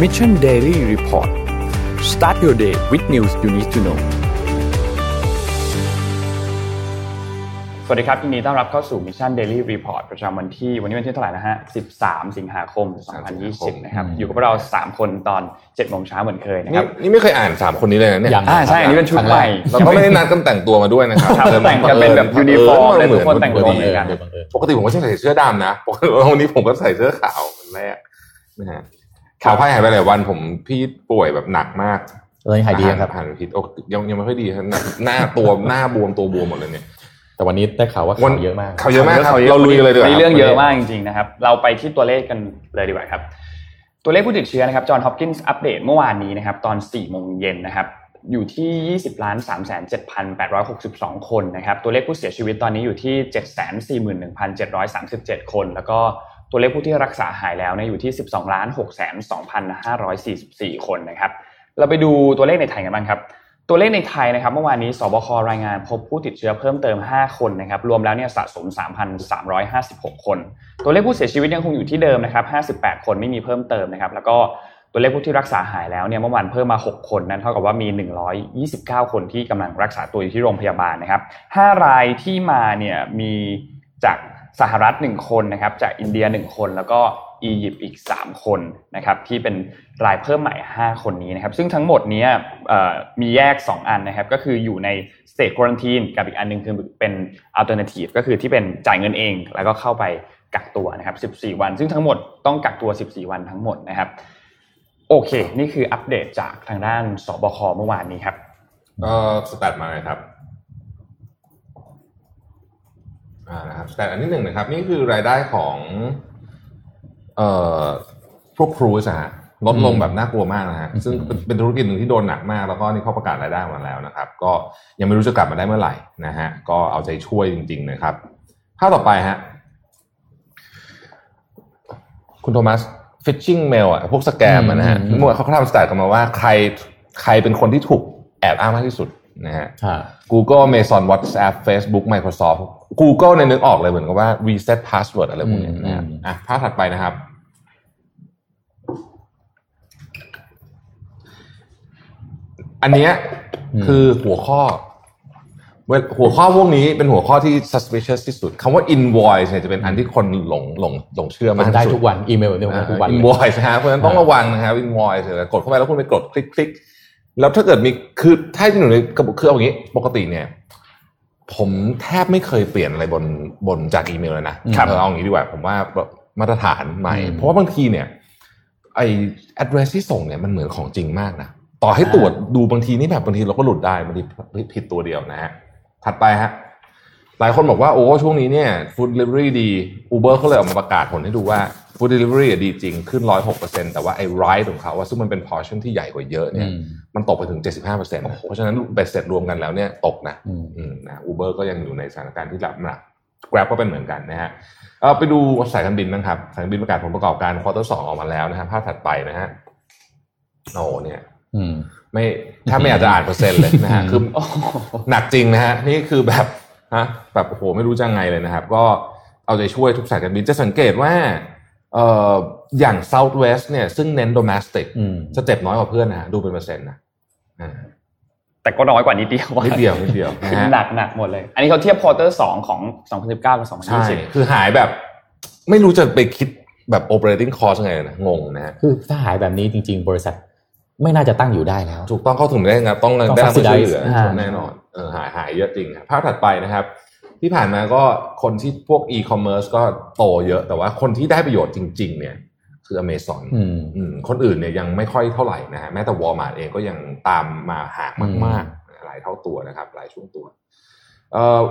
Mission Daily Report start your day with news you need to know สวัสดีครับยินดีต้อนรับเข้าสู่ Mission Daily Report ประจำวันที่วันนี้วันที่เท่าไหร่นะฮะ 13 สิงหาคม 2020 นะครับ อยู่กับเราสามคนตอน7โมงเช้าเหมือนเคยนะค นี่ รับ นี่ไม่เคยอ่านสามคนนี้เลยนะเนี่ย ยัง อ่าใช่ อันนี้เป็นชุดใหม่ เราก็ไม่ได้นัดกันแต่งตัวมาด้วยนะครับ ครับแต่งกันเป็นแบบยูนิฟอร์มเลยทุกคนแต่งตัวเหมือนกัน ปกติผมก็ใส่เสื้อดำนะปกติวันนี้ผมก็ใส่เสื้อขาววันแรกนะฮะข่าวพ่ายหายไปหลายวันผมพี่ป่วยแบบหนักมาก ตอนนี้หายดียังครับ ผ่านพิษโอ้ยังยังไม่ค่อยดีครับหนักหน้าตัวหน้าบวมตัวบวมหมดเลยเนี่ย แต่วันนี้ได้ข่าวว่าข่าวเยอะมาก ข่าวเยอะมากครับ ข่ว เราลุยกันเลยดีกว่า มี คบ เรื่องเยอะมากจริงๆนะครับ เราไปที่ตัวเลขกันเลยดีกว่าครับ ตัวเลขผู้ติดเชื้อนะครับจอห์นฮอปกินส์อัปเดตเมื่อวานนี้นะครับ ตอน 4 โมงเย็นนะครับ อยู่ที่ 20ล้าน3 7 8 6 2 คนนะครับ ตัวเลขผู้เสียชีวิตตอนนี้อยู่ที่ 741,737 คน แล้วก็ตัวเลขผู้ที่รักษาหายแล้วเนี่ยอยู่ที่ 12ล้าน6 2 544 คนนะครับ เราไปดูตัวเลขในไทยกันบ้างครับ ตัวเลขในไทยนะครับเมื่อวานนี้สบครายงานพบผู้ติดเชื้อเพิ่มเติม 5 คนนะครับรวมแล้วเนี่ยสะสม 3,356 คน ตัวเลขผู้เสียชีวิตยังคงอยู่ที่เดิมนะครับ 58 คนไม่มีเพิ่มเติมนะครับ แล้วก็ตัวเลขผู้ที่รักษาหายแล้วเนี่ยเมื่อวานเพิ่มมา 6 คนนั้นเท่ากับว่ามี 129 คนที่กำลังรักษาตัวอยู่ที่โรงพยาบาลนะครับ 5 รายที่มาเนี่ยมีจากสหรัฐ 1 คนนะครับ จากอินเดีย 1 คน แล้วก็อียิปต์อีก 3 คนนะครับที่เป็นรายเพิ่มใหม่ 5 คนนี้นะครับ ซึ่งทั้งหมดเนี้ยเอ่อมีแยก 2 อันนะครับ ก็คืออยู่ใน state quarantine กับอีกอันหนึงคือเป็น alternative ก็คือที่เป็นจ่ายเงินเอง แล้วก็เข้าไปกักตัวนะครับ 14 วัน ซึ่งทั้งหมดต้องกักตัว 14 วันทั้งหมดนะครับ โอเค นี่คืออัปเดตจากทางด้านสบคเมื่อวานนี้ครับ ก็สแตทมาเลยครับ อ่านะครับสแตทอันที่หนึ่งนะครับ นี่คือรายได้ของเอ่อพวกครูสฮะลดลง อืม แบบน่ากลัวมากนะฮะ อืม ซึ่งเป็นเป็นธุรกิจหนึ่งที่โดนหนักมาก แล้วก็นี่เขาประกาศรายได้ออกมาแล้วนะครับ ก็ยังไม่รู้จะกลับมาได้เมื่อไหร่นะฮะก็เอาใจช่วยจริง ๆ นะครับข้าวต่อไปฮะ คุณโทมัสฟิชชิงเมลอะพวกสแกมอะนะฮะ อืม เมื่อวานเขาก็ทำสแตทกันมาว่าใครใครเป็นคนที่ถูกแอบอ้างมากที่สุดนะฮะ ค่ะ Google Amazon WhatsApp Facebook Microsoft Google ในยนึกออกเลยเหมือนกับว่า reset password อะไรพวกเนี้ยนะครับ อืม อ่ะภาพถัดไปนะครับ อันเนี้ยคือหัวข้อเวลหัวข้อพวกนี้เป็นหัวข้อที่ suspicious ที่สุดคำว่า invoice เนี่ยจะเป็นอันที่คนหลงหลงหลงเชื่ผมอาก ม ที่สุด ได้ทุกวัน อีเมลแบบนี้ผมได้ทุกวัน อิ เล น ย วอยซ์นะฮะเพราะฉะนั้นต้องระวังนะครับอินวอยซ์กดเข้าไปแล้วคุณไปกดคลิกคลิกแล้วถ้าเกิดมีคือถ้าอยู่ในกระบอกคือเอาอย่างนี้ปกติเนี่ย ผมแทบไม่เคยเปลี่ยนอะไรบนบนจากอีเมลเลยนะครับ เออเอาอย่างนี้ดีกว่า ผมว่าแบบมาตรฐานใหม่ อืม เพราะว่าบางทีเนี่ย ไอ address ที่ส่งเนี่ยมันเหมือนของจริงมากนะ ต่อให้ตรวจดูบางทีนี่แบบบางทีเราก็หลุดได้บางทีผิดตัวเดียวนะฮะ ถัดไปฮะ หลายคนบอกว่าโอ้ช่วงนี้เนี่ยฟู้ดเดลิเวอรี่ดี Uber เขาเลยออกมาประกาศผลให้ดูว่าฟู้ดเดลิเวอรี่ดีจริงขึ้น 106%แต่ว่าไอ้ไรด์ของเขาว่าซึ่งมันเป็นพอชั่นที่ใหญ่กว่าเยอะเนี่ย อืม มันตกไปถึง 75%เพราะฉะนั้นเบ็ดเสร็จรวมกันแล้วเนี่ยตกนะ อืม อืมนะอูเบอร์ก็ยังอยู่ในสถานการณ์ที่หลับหนัก Grab ก็เป็นเหมือนกันนะฮะเออไปดูสายการบินบ้างครับ สายการบินประกาศผลประกอบการควอเตอร์สองออกมาแล้วนะฮะภาพถัดไปนะฮะโอ้เนี่ย อืม ไม่ถ้าไม่อยากจะอ่านเปอร์เซ็นต์เลยนะฮะ คือหนักจริงนะฮะ นี่คือแบบฮะแบบโอ้โหไม่รู้จะไงเลยนะครับ ก็เอาใจช่วยทุกสายการบินจะสังเกตว่าเอ่ออย่าง Southwest เนี่ย ซึ่งเน้น domestic อืม จะเจ็บน้อยกว่าเพื่อนนะฮะดูเป็นเปอร์เซ็นต์นะอ่า แต่ก็น้อยกว่านิดเดียว นิดเดียวนิดเดียวนะฮะ หนักหนักๆหมดเลย อันนี้เขาเทียบควอเตอร์สองของ 2019กับ ใช่ 2020 คือหายแบบ ไม่รู้จะไปคิดแบบ operating cost ยังไงนะ งงนะฮะ คือถ้าหายแบบนี้จริง ๆ บริษัท ไม่น่าจะตั้งอยู่ได้แล้ว ถูกต้องเข้าถึงได้ไงานต้องได้รับการช่วยเหลือ subsidize อ่า แน่นอนเออหายหายเยอะจริงครับภาพถัดไปนะครับ ที่ผ่านมาก็คนที่พวก e-commerce ก็โตเยอะ แต่ว่าคนที่ได้ประโยชน์จริง ๆ เนี่ย คือ Amazon อืม อืมคนอื่นเนี่ยยังไม่ค่อยเท่าไหร่นะฮะแม้แต่ Walmart เองก็ยังตามมาห่างมากๆ หลายเท่าตัวนะครับ หลายช่วงตัวเอ่อ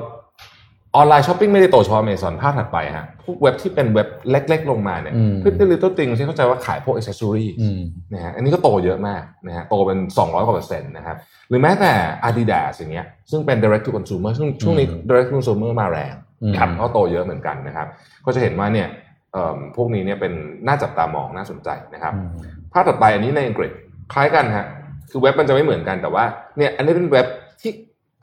ออนไลน์ช้อปปิ้งไม่ได้โตเฉพาะ Amazon ภาพถัดไปฮะพวกเว็บที่เป็นเว็บเล็ก ๆ ลงมาเนี่ย อืม พิตตี้ลิตเติ้ลติงที่เข้าใจว่าขายพวกอิเซสซอรี อืม นะฮะอันนี้ก็โตเยอะมากนะฮะโตเป็น 200 กว่าเปอร์เซ็นต์นะครับ หรือแม้แต่ Adidas อย่างเงี้ยซึ่งเป็น direct to consumer ซึ่งช่วงนี้ อืม direct to consumer มาแรง อืม ครับก็โตเยอะเหมือนกันนะครับ ก็จะเห็นว่าเนี่ยเอิ่มพวกนี้เนี่ยเป็นน่าจับตามองน่าสนใจนะครับ ภาพต่อไปอันนี้ในอังกฤษคล้ายกันฮะคือเว็บมันจะไม่เหมือนกันแต่ว่าเนี่ยอันนี้เป็นเว็บที่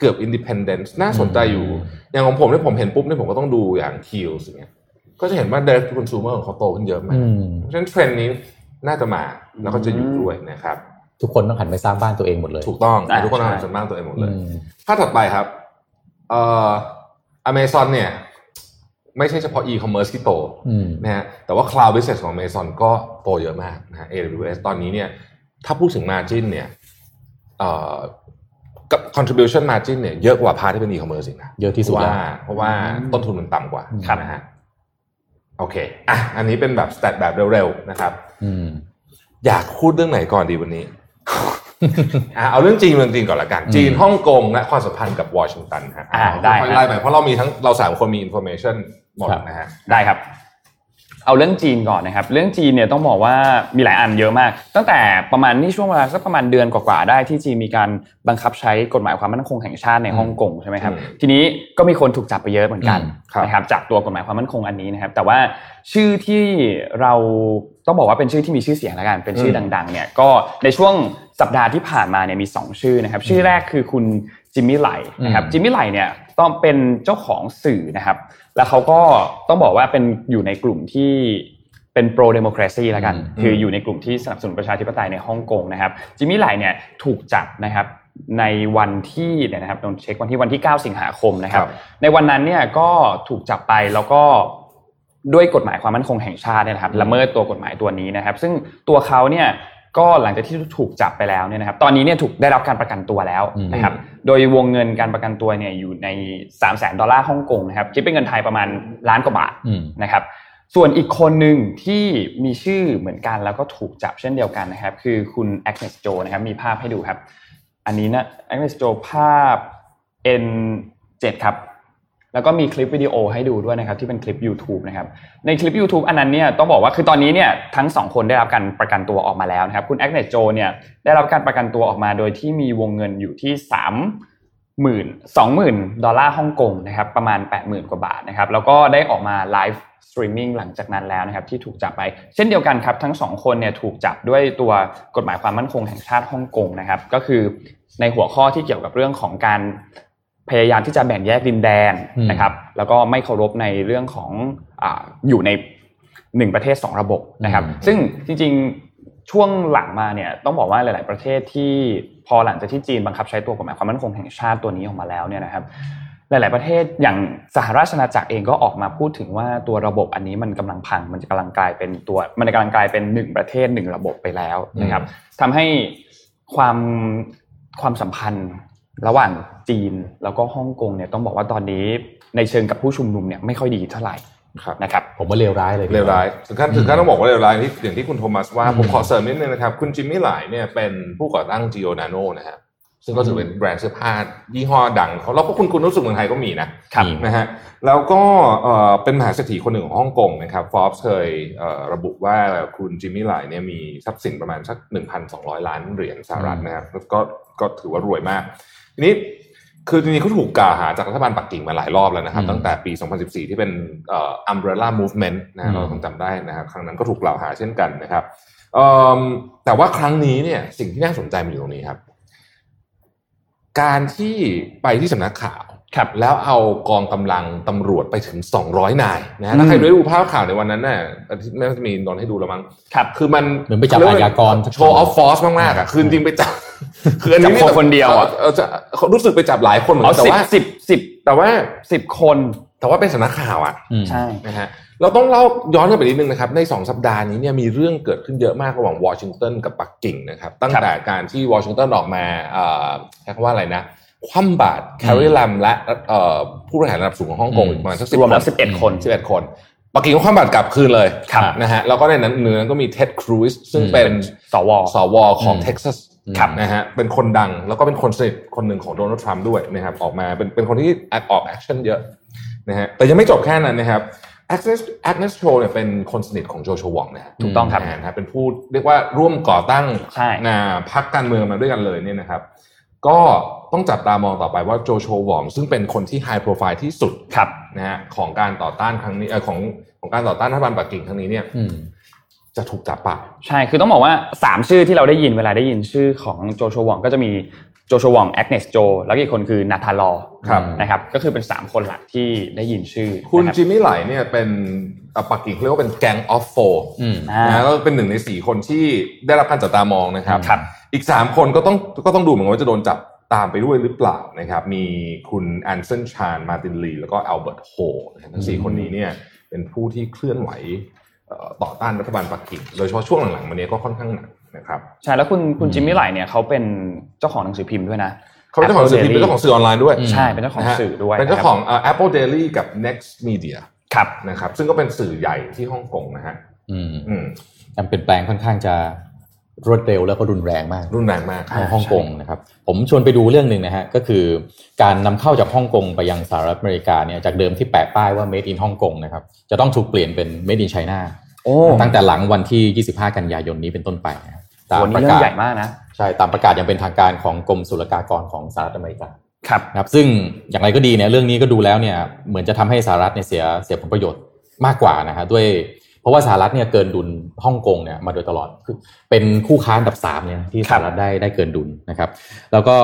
เกือบ independent น่าสนใจอยู่ อืม อย่างของผมเนี่ยผมเห็นปุ๊บเนี่ยผมก็ต้องดูอย่าง Kiehl's อย่างเงี้ยก็จะเห็นว่า direct to consumer ของเขาโตขึ้นเยอะมาก อืม เพราะฉะนั้นเทรนด์นี้ น่าจะมาแล้วก็จะอยู่ด้วยนะครับ ทุกคนต้องหันไปสร้างบ้านตัวเองหมดเลย ถูกต้อง อ่า ทุกคน ใช่ ทำส่วนบ้างตัวเองหมดเลย อืม ถ้าถัดไปครับ เอ่อ Amazon เนี่ย ไม่ใช่เฉพาะ e-commerce ที่โต อืม นะฮะแต่ว่า cloud business ของ Amazon ก็โตเยอะมากนะฮะ AWS ตอนนี้เนี่ย ถ้าพูดถึง margin เนี่ยเอ่อกับ contribution margin เนี่ยเยอะกว่าพาร์ทที่เป็น e-commerce อีกนะ เยอะที่สุด เพราะ แล้ว ว่าเพราะว่าต้นทุนมันต่ำกว่า ครับ นะฮะโอเคอ่ะอันนี้เป็นแบบ stat แบบเร็วๆนะครับ อืม อยากพูดเรื่องไหนก่อนดีวันนี้ อ่ะเอาเรื่องจีนเรื่องจีนก่อนละกัน อืม จีนฮ่องกงและความสัมพันธ์กับวอชิงตันฮะ อ่ะได้ ค่อยๆ ฮะ ไล่ไปเพราะเรามีทั้งเราสามคนมีอินโฟเมชันหมดนะฮะ ได้ครับ เอาเรื่องจีนก่อนนะครับ เรื่องจีนเนี่ยต้องบอกว่ามีหลายอันเยอะมาก ตั้งแต่ประมาณนี่ช่วงเวลาสักประมาณเดือนกว่าๆได้ที่จีนมีการบังคับใช้กฎหมายความมั่นคงแห่งชาติในฮ่องกงใช่ไหมครับ อืม ทีนี้ก็มีคนถูกจับไปเยอะเหมือนกัน อืม ครับ นะครับจากตัวกฎหมายความมั่นคงอันนี้นะครับ แต่ว่าชื่อที่เราต้องบอกว่าเป็นชื่อที่มีชื่อเสียงแล้วกันเป็นชื่อดังๆ เนี่ยก็ในช่วงสัปดาห์ที่ผ่านมาเนี่ยมีสองชื่อนะครับ ชื่อแรกคือคุณจิมมี่ไหลนะครับ อืม จิมมี่ไหลเนี่ยต้องเป็นเจ้าของสื่อนะครับ แล้วเขาก็ต้องบอกว่าเป็นอยู่ในกลุ่มที่เป็น pro democracy แล้วกัน อืม คืออยู่ในกลุ่มที่สนับสนุนประชาธิปไตยในฮ่องกงนะครับ จิมมี่ไหลเนี่ยถูกจับนะครับในวันที่เดี๋ยวนะครับต้องเช็ควันที่วันที่ 9 สิงหาคมนะครับ ในวันนั้นเนี่ยก็ถูกจับไปแล้วก็ด้วยกฎหมายความมั่นคงแห่งชาติเนี่ยนะครับละเมิดตัวกฎหมายตัวนี้นะครับ ซึ่งตัวเขาเนี่ยก็หลังจากที่ถูกจับไปแล้วเนี่ยนะครับ ตอนนี้เนี่ยถูกได้รับการประกันตัวแล้วนะครับ โดยวงเงินการประกันตัวเนี่ยอยู่ใน 3 0 0แสนดอลลาร์ฮ่องกงนะครับคิดเป็นเงินไทยประมาณล้านกว่าบาท อืม นะครับส่วนอีกคนหนึ่งที่มีชื่อเหมือนกันแล้วก็ถูกจับเช่นเดียวกันนะครับ คือคุณแอคเนสโจนะครับมีภาพให้ดูครับ อันนี้นะแอคเนสโจภาพ N7 ครับ แล้วก็มีคลิปวิดีโอให้ดูด้วยนะครับ ที่เป็นคลิป YouTube นะครับ ในคลิป YouTube อันนั้นเนี่ยต้องบอกว่าคือตอนนี้เนี่ยทั้งสองคนได้รับการประกันตัวออกมาแล้วนะครับ คุณแอคเนสโจเนี่ยได้รับการประกันตัวออกมาโดยที่มีวงเงินอยู่ที่สามหมื่นสองหมื่นดอลลาร์ฮ่องกงนะครับ ประมาณ 8 0,000 กว่าบาทนะครับ แล้วก็ได้ออกมาไลฟ์สตรีมมิ่งหลังจากนั้นแล้วนะครับ ที่ถูกจับไป เช่นเดียวกันครับ ทั้งสองคนเนี่ยถูกจับด้วยตัวกฎหมายความมั่นคงแห่งชาติฮ่องกงนะครับ ก็คือในหัวข้อที่เกี่ยวกับเรื่องของการพยายามที่จะแบ่งแยกดินแดน อืม นะครับ นะครับแล้วก็ไม่เคารพในเรื่องของอาอยู่ในหนึ่งประเทศสองระบบนะครับ อืม ซึ่งจริงๆช่วงหลังมาเนี่ยต้องบอกว่าหลาย ๆ ประเทศที่พอหลังจากที่จีนบังคับใช้ตัวกฎหมายความมั่นคงแห่งชาติตัวนี้ออกมาแล้วเนี่ยนะครับ หลาย ๆ ประเทศอย่างสหราชอาณาจักรเองก็ออกมาพูดถึงว่าตัวระบบอันนี้มันกำลังพัง มันจะกำลังกลายเป็นตัว มันกำลังกลายเป็นหนึ่งประเทศหนึ่งระบบไปแล้วนะครับ ทำให้ความความสัมพันธ์ระหว่างจีนแล้วก็ฮ่องกงเนี่ยต้องบอกว่าตอนนี้ในเชิงกับผู้ชุมนุมเนี่ยไม่ค่อยดีเท่าไหร่ ครับ นะครับ ผมว่าเลวร้ายเลยที เล ดี ว ว ร้ายถึงขั้นถึงขั้นต้องบอกว่าเลวร้ายที่อย่างที่คุณโทมัสว่า อืม ผมขอเสริมนิดนึงนะครับ คุณจิมมี่หลายเนี่ยเป็นผู้ก่อตั้ง Gio Nano นะฮะซึ่งก็ถือเป็นแบรนด์เสื้อผ้ายี่ห้อดังเขาแล้วก็คุณคุณรู้สึกเมืองไทยก็มีนะ ครับ นะฮะแล้วก็เอ่อเป็นมหาเศรษฐีคนหนึ่งของฮ่องกงนะครับฟอร์บเคยเอ่อระบุว่าคุณจิมมี่ไหลเนี่ยมีทรัพย์สินประมาณสัก 1,200 ล้านเหรียญสหรัฐนะครับแล้วก็ก็ถือว่ารวยมาก ทีนี้คือจริงๆเขาถูกกล่าวหาจากรัฐบาลปักกิ่งมาหลายรอบแล้วนะครับ อืม ตั้งแต่ปี 2014 ที่เป็นเอ่อ umbrella movement นะฮะ อืม เราคงจำได้นะครับครั้งนั้นก็ถูกกล่าวหาเช่นกันนะครับเอิ่มแต่ว่าครั้งนี้เนี่ยสิ่งที่น่าสนใจมันอยู่ตรงนี้ครับ การที่ไปที่สำนักข่าว ครับ แล้วเอากองกำลังตำรวจไปถึง 200 นายนะฮะ อืม ถ้าใครได้ดูภาพข่าวในวันนั้นน่ะอาทิตย์น่าจะมีนนให้ดูแล้วมั้ง ครับ คือมัน เหมือนไปจับอาชญากร โชว์ออฟฟอร์สมากๆอ่ะ คือจริงๆไปจับ คืออัน จับ นี้ คน แบบ คนเดียวอ่ะ เออจะเขารู้สึกไปจับหลายคนเหมือน เอา กันแต่ สิบ ว่า สิบสิบ แต่ว่า สิบคน แต่ว่าเป็นสำนักข่าวอ่ะ อืม ใช่ นะฮะเราต้องเล่าย้อนกลับไปนิดนึงนะครับใน 2 สัปดาห์นี้เนี่ยมีเรื่องเกิดขึ้นเยอะมากระหว่างวอชิงตันกับปักกิ่งนะครับตั้งแต่การที่วอชิงตันออกมาเอ่อใช้คำว่าอะไรนะ คว่ำบาตรแคริลัมและเอ่อผู้บริหารระดับสูงของฮ่องกง อืม อีกประมาณสักสิบ รวมแล้ว ค สิบเอ็ดคน นสิบเอ็ดคน ปักกิ่งก็คว่ำบาตรกลับคืนเลย ครับ นะฮะแล้วก็ในนั้นเนื้อก็มีเท็ดครูซซึ่งเป็น สว สวของ อืม เท็กซัส ครับ นะฮะเป็นคนดังแล้วก็เป็นคนสนิทคนหนึ่งของโดนัลด์ทรัมป์ด้วยนะครับออกมาเป็นเป็นคนที่แอคออกแอคชั่นเยอะนะฮะแต่ยังไม่จบแค่นั้นนะครับแอคเนสแอคเนสโชเนี่ยเป็นคนสนิทของโจโชวองนะฮะ ถูกต้องครับ นะฮะเป็นผู้เรียกว่าร่วมก่อตั้ง ใช่ นะพักการเมืองมาด้วยกันเลยเนี่ยนะครับ ก็ต้องจับตามองต่อไปว่าโจโชวองซึ่งเป็นคนที่ไฮโปรไฟล์ที่สุด ครับ นะฮะของการต่อต้านครั้งนี้เอ่อของของการต่อต้านรัฐบาลปักกิ่งครั้งนี้เนี่ย อืม จะถูกจับเปล่า ใช่ คือต้องบอกว่า 3 ชื่อที่เราได้ยินเวลาได้ยินชื่อของโจโชวองก็จะมี โจชวองแอคเนสโจแล้วก็อีกคนคือนาธานลอ ครับ นะครับก็คือเป็น 3 คนหลักที่ได้ยินชื่อ คุณ นะรับ จิมมี่ไหลเนี่ยเป็นอ่ะปักกิ่งเขาเรียกว่าเป็นแกงออฟโฟ อืม อ่า นะก็เป็นหนึ่งในสี่คนที่ได้รับการจับตามองนะครับ ครับ อีกสามคนก็ต้องก็ต้องดูเหมือนกันว่าจะโดนจับตามไปด้วยหรือเปล่านะครับ มีคุณแอนเซนชานมาตินลีแล้วก็อัลเบิร์ตโฮนะครับทั้งสี่ อืม คนนี้เนี่ยเป็นผู้ที่เคลื่อนไหวเอ่อต่อต้านรัฐบาลปักกิ่งโดยเฉพาะช่วงหลังๆมาเนี้ก็ค่อนข้างหนักนะครับ ใช่แล้วคุณคุณ อืม จิมมี่ไหลเนี่ยเขาเป็นเจ้าของหนังสือพิมพ์ด้วยนะ เขาเป็นเจ้าของสื่อพิมพ์เป็นเจ้าของสื่อออนไลน์ด้วย อืม ใช่เป็นเจ้าของ นะฮะ สื่อด้วย เป็นเจ้าของเอ่อ Apple Daily กับ Next Media ครับ นะครับซึ่งก็เป็นสื่อใหญ่ที่ฮ่องกงนะฮะ อืม อืม การเปลี่ยนแปลงค่อนข้างจะรวดเร็วแล้วก็รุนแรงมาก รุนแรงมาก ของฮ่องกงนะครับผมชวนไปดูเรื่องหนึ่งนะฮะก็คือการนำเข้าจากฮ่องกงไปยังสหรัฐอเมริกาเนี่ยจากเดิมที่แปะป้ายว่า made in ฮ่องกงนะครับจะต้องถูกเปลี่ยนเป็น made in China โอ้ ตั้งแต่หลังวันที่ 25 กันยายนนี้เป็นต้นไปนะครับตาม วัน ป นี้เรื่อกระาง ศ ใหญ่มากนะ ใช่ตามประกาศอยังเป็นทางการของกรมศุลกากรของสหรัฐอเมริกา ครับ นะครับซึ่งอย่างไรก็ดีเนี่ยเรื่องนี้ก็ดูแล้วเนี่ยเหมือนจะทำให้สหรัฐเนี่ยเสียเสียผลประโยชน์มากกว่านะฮะด้วย เพราะว่าสหรัฐเนี่ยเกินดุลฮ่องกงเนี่ยมาโดยตลอดคือเป็นคู่ค้าอันดับสามเนี่ยที่สหรัฐได้ได้เกินดุลนะครับ แล้วก็